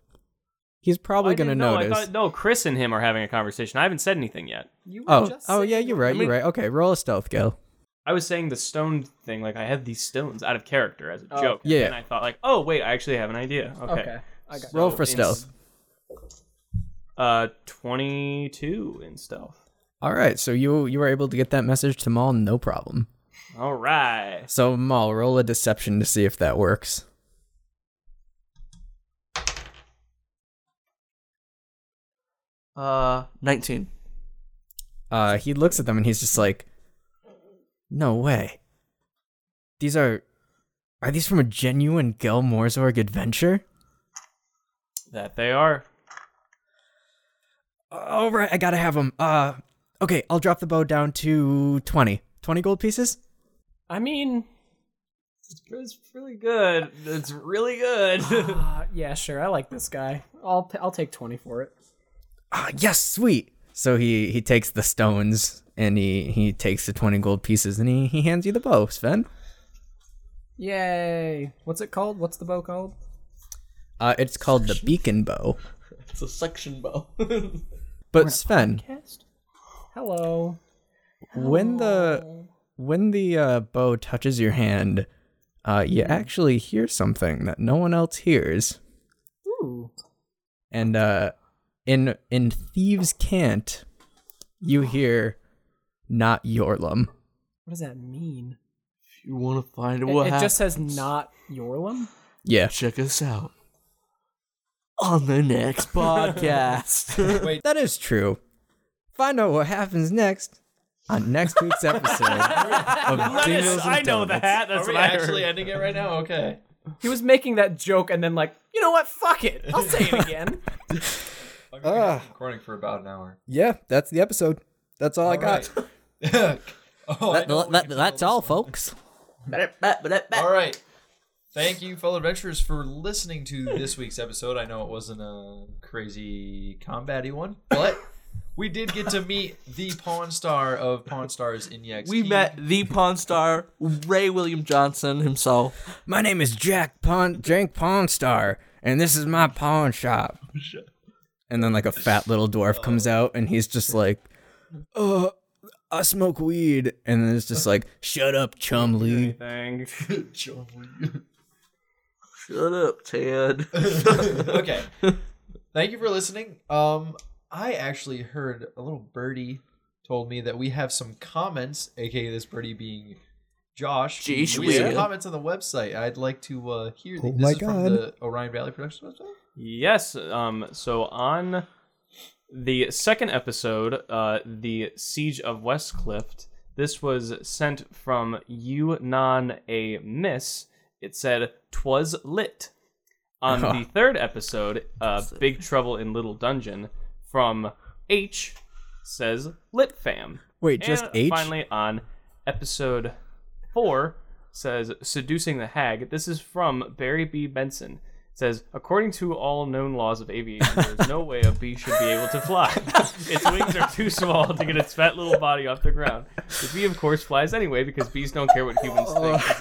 [SPEAKER 4] he's probably gonna notice.
[SPEAKER 5] I thought, no, Chris and him are having a conversation. I haven't said anything yet.
[SPEAKER 7] You were
[SPEAKER 4] oh,
[SPEAKER 7] just
[SPEAKER 4] oh yeah,
[SPEAKER 7] saying
[SPEAKER 4] you're right.
[SPEAKER 6] I
[SPEAKER 4] you're
[SPEAKER 6] mean-
[SPEAKER 4] right. Okay, roll a stealth, Gil.
[SPEAKER 5] I was saying the stone thing, like I had these stones out of character as a joke.
[SPEAKER 4] Yeah.
[SPEAKER 5] And I thought, like, oh wait, I actually have an idea.
[SPEAKER 7] that.
[SPEAKER 5] Okay.
[SPEAKER 7] Okay. I got.
[SPEAKER 4] roll
[SPEAKER 5] So
[SPEAKER 4] for
[SPEAKER 5] it's-
[SPEAKER 4] stealth.
[SPEAKER 5] Uh, twenty-two in stealth.
[SPEAKER 4] All right, so you you were able to get that message to Maul, no problem.
[SPEAKER 5] All right.
[SPEAKER 4] So Maul, roll a deception to see if that works.
[SPEAKER 6] Uh, 19.
[SPEAKER 4] Uh, he looks at them and he's just like, "No way. These are are these from a genuine Gel Morzorg adventure?"
[SPEAKER 5] That they are.
[SPEAKER 4] Uh, All right, I gotta have them. Uh, okay, I'll drop the bow down to twenty. Twenty gold pieces.
[SPEAKER 7] I mean,
[SPEAKER 5] It's really good. It's really good.
[SPEAKER 7] uh, yeah, sure. I like this guy. I'll I'll take twenty for it.
[SPEAKER 4] Ah, yes, sweet. So he he takes the stones and he he takes the twenty gold pieces and he he hands you the bow, Sven.
[SPEAKER 7] Yay! What's it called? What's the bow called?
[SPEAKER 4] Uh, it's called the beacon bow.
[SPEAKER 6] It's a suction bow.
[SPEAKER 4] But Sven,
[SPEAKER 7] Hello.
[SPEAKER 4] when the when the uh, bow touches your hand, uh, you actually hear something that no one else hears,
[SPEAKER 7] Ooh.
[SPEAKER 4] and uh, in in Thieves' Cant, you hear not Yorlum.
[SPEAKER 7] What does that mean?
[SPEAKER 6] You want to find
[SPEAKER 7] It,
[SPEAKER 6] out what
[SPEAKER 7] it
[SPEAKER 6] happened?
[SPEAKER 7] just says not Yorlum.
[SPEAKER 4] Yeah.
[SPEAKER 6] Check us out on the next podcast.
[SPEAKER 4] That is true. Find out what happens next on next week's episode of Daniels and
[SPEAKER 5] I know the
[SPEAKER 4] Donuts.
[SPEAKER 5] hat. That's what I actually.
[SPEAKER 2] ending it right now? Okay.
[SPEAKER 7] He was making that joke and then like, you know what? Fuck it. I'll say it again.
[SPEAKER 2] I've been
[SPEAKER 4] Ah.
[SPEAKER 2] recording for about an hour.
[SPEAKER 4] Yeah, that's the episode. That's all, I got.
[SPEAKER 2] Right. oh, I
[SPEAKER 4] That-
[SPEAKER 2] know
[SPEAKER 4] that-
[SPEAKER 2] we can tell
[SPEAKER 4] that's
[SPEAKER 2] this
[SPEAKER 4] all,
[SPEAKER 2] one.
[SPEAKER 4] folks.
[SPEAKER 2] All right. Thank you, fellow adventurers, for listening to this week's episode. I know it wasn't a crazy combat-y one, but we did get to meet the Pawn Star of Pawn Stars in EXP.
[SPEAKER 6] we met the Pawn Star, Ray William Johnson himself.
[SPEAKER 4] My name is Jack Pawn Jank Pawnstar, and this is my pawn shop. And then like a fat little dwarf comes out and he's just like, Uh I smoke weed and then it's just like, Shut up, chum Lee.
[SPEAKER 5] Dang.
[SPEAKER 6] Shut up, Ted.
[SPEAKER 2] okay. Thank you for listening. Um, I actually heard a little birdie told me that we have some comments, aka this birdie being Josh.
[SPEAKER 6] Jeesh,
[SPEAKER 2] we have
[SPEAKER 6] yeah.
[SPEAKER 2] comments on the website. I'd like to uh, hear.
[SPEAKER 4] Oh
[SPEAKER 2] these. this
[SPEAKER 4] my
[SPEAKER 2] is from
[SPEAKER 4] God.
[SPEAKER 2] the Orion Valley Productions website.
[SPEAKER 5] Yes. Um. So on the second episode, uh, the Siege of Westcliff. This was sent from you non a miss. It said twas lit. On the third episode, uh, Big Trouble in Little Dungeon from H says lit fam.
[SPEAKER 4] Wait, just
[SPEAKER 5] and
[SPEAKER 4] H?
[SPEAKER 5] Finally, on episode four says seducing the hag. This is from Barry B. Benson. It says according to all known laws of aviation, there's no way a bee should be able to fly. its wings are too small to get its fat little body off the ground. The bee, of course, flies anyway because bees don't care what humans think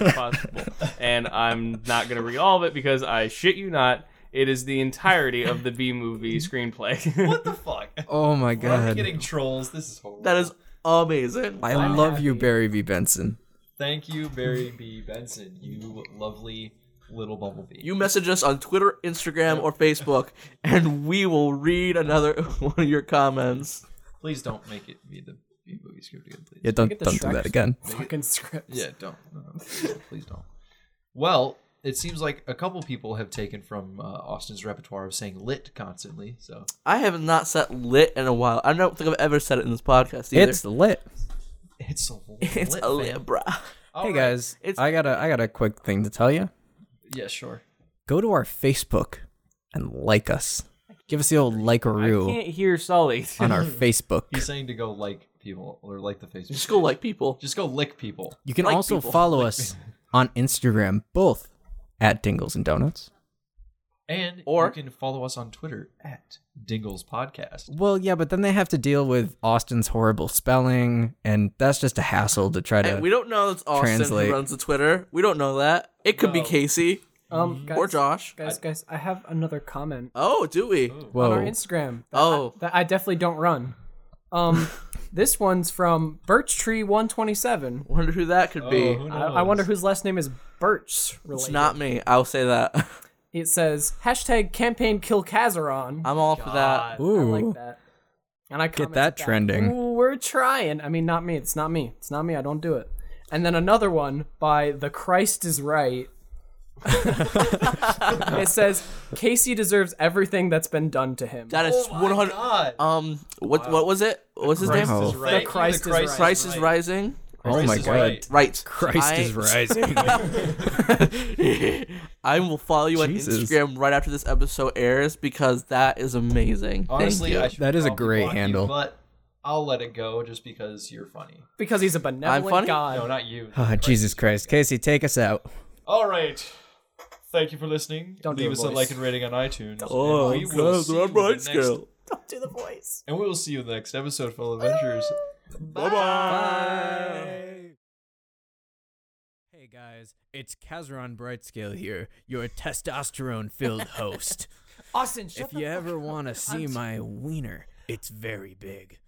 [SPEAKER 5] is possible. And I'm not gonna read all of it because I shit you not. It is the entirety of the bee movie screenplay.
[SPEAKER 2] What the fuck?
[SPEAKER 4] Oh my
[SPEAKER 2] I'm
[SPEAKER 4] god.
[SPEAKER 2] getting trolls. This is horrible.
[SPEAKER 6] That is amazing.
[SPEAKER 4] I love you, Barry V. Benson.
[SPEAKER 2] Thank you, Barry B. Benson. You lovely little bumblebee.
[SPEAKER 6] You message us on Twitter, Instagram, or Facebook, and we will read another one of your comments.
[SPEAKER 2] Please don't make it be the B movie script again, please.
[SPEAKER 4] Yeah, don't
[SPEAKER 7] Get the
[SPEAKER 4] don't do
[SPEAKER 7] Shrek
[SPEAKER 4] that again.
[SPEAKER 7] Fucking script.
[SPEAKER 2] Yeah, don't. No, no, please don't. Well, it seems like a couple people have taken from uh, Austin's repertoire of saying lit constantly. So
[SPEAKER 6] I have not said lit in a while. I don't think I've ever said it in this podcast either.
[SPEAKER 4] It's lit.
[SPEAKER 2] it's a lit.
[SPEAKER 6] it's a lit, bruh.
[SPEAKER 4] hey guys, I got a I got a quick thing to tell you.
[SPEAKER 2] Yeah, sure.
[SPEAKER 4] Go to our Facebook and like us. Give us the old
[SPEAKER 5] Can't
[SPEAKER 4] likeroo
[SPEAKER 5] hear Sully.
[SPEAKER 4] on our Facebook.
[SPEAKER 2] He's saying to go like people or like the Facebook.
[SPEAKER 6] Just go like people.
[SPEAKER 2] Just go lick people.
[SPEAKER 4] You can
[SPEAKER 6] Like
[SPEAKER 4] also
[SPEAKER 6] people.
[SPEAKER 4] follow us on Instagram, both at Dingles and Donuts.
[SPEAKER 2] And
[SPEAKER 6] Or-
[SPEAKER 2] you can follow us on Twitter at Dingles Podcast.
[SPEAKER 4] Well, yeah, but then they have to deal with Austin's horrible spelling, and that's just a hassle to try
[SPEAKER 6] Hey,
[SPEAKER 4] to.
[SPEAKER 6] we don't know it's Austin
[SPEAKER 4] Translate.
[SPEAKER 6] who runs the Twitter. We don't know that. It could be Casey
[SPEAKER 7] Um, guys,
[SPEAKER 6] or Josh.
[SPEAKER 7] Guys, guys, I have another comment
[SPEAKER 6] Oh, do we?
[SPEAKER 7] on our
[SPEAKER 4] Whoa,
[SPEAKER 7] Instagram. that
[SPEAKER 6] Oh.
[SPEAKER 7] I- that I definitely don't run. Um, this one's from Birch Tree 127.
[SPEAKER 6] Wonder who that could be.
[SPEAKER 2] Oh, who
[SPEAKER 7] I, I
[SPEAKER 2] knows?
[SPEAKER 7] wonder whose last name is Birch. Related.
[SPEAKER 6] It's not me. I'll say that.
[SPEAKER 7] It says hashtag campaign kill Kazaron.
[SPEAKER 6] I'm all for that.
[SPEAKER 7] I
[SPEAKER 4] ooh,
[SPEAKER 7] like that. And I
[SPEAKER 4] get
[SPEAKER 7] commented
[SPEAKER 4] that
[SPEAKER 7] back,
[SPEAKER 4] trending.
[SPEAKER 7] "Ooh, we're trying. I mean, not me. It's not me. It's not me. I don't do it. And then another one by The Christ is Right. it says Casey deserves everything that's been done to him.
[SPEAKER 6] That is 100.
[SPEAKER 2] God.
[SPEAKER 6] Um, what what was it? What was his name?
[SPEAKER 4] Christ is
[SPEAKER 2] Right.
[SPEAKER 7] Christ is right.
[SPEAKER 6] Price is rising.
[SPEAKER 4] Oh my
[SPEAKER 2] is
[SPEAKER 4] god,
[SPEAKER 2] right.
[SPEAKER 6] Right.
[SPEAKER 4] Christ
[SPEAKER 6] I-
[SPEAKER 4] is rising.
[SPEAKER 6] I will follow you
[SPEAKER 4] Jesus.
[SPEAKER 6] on Instagram right after this episode airs because that is amazing.
[SPEAKER 2] Honestly, I
[SPEAKER 6] Thank you.
[SPEAKER 2] should
[SPEAKER 4] That is a
[SPEAKER 2] probably
[SPEAKER 4] great
[SPEAKER 2] block you,
[SPEAKER 4] handle.
[SPEAKER 2] but I'll let it go just because you're funny.
[SPEAKER 7] because he's a
[SPEAKER 6] I'm
[SPEAKER 7] benevolent
[SPEAKER 6] funny?
[SPEAKER 7] god.
[SPEAKER 2] No, not you.
[SPEAKER 4] Ah, Jesus Christ, Casey, take us out.
[SPEAKER 2] All right. Thank you for listening.
[SPEAKER 7] Don't do
[SPEAKER 2] Leave
[SPEAKER 7] a
[SPEAKER 2] us a
[SPEAKER 7] voice.
[SPEAKER 2] like and rating on iTunes.
[SPEAKER 6] Oh,
[SPEAKER 2] and we
[SPEAKER 6] God,
[SPEAKER 2] will see you
[SPEAKER 6] I'm
[SPEAKER 2] in the
[SPEAKER 6] right
[SPEAKER 2] next-
[SPEAKER 6] scale.
[SPEAKER 7] Don't do the voice.
[SPEAKER 2] And we will see you in the next episode, fellow adventurers.
[SPEAKER 4] Hey guys, it's Kazaron Brightscale here, your testosterone-filled host.
[SPEAKER 7] Austin, shut
[SPEAKER 4] if you ever want to see my wiener, it's very big.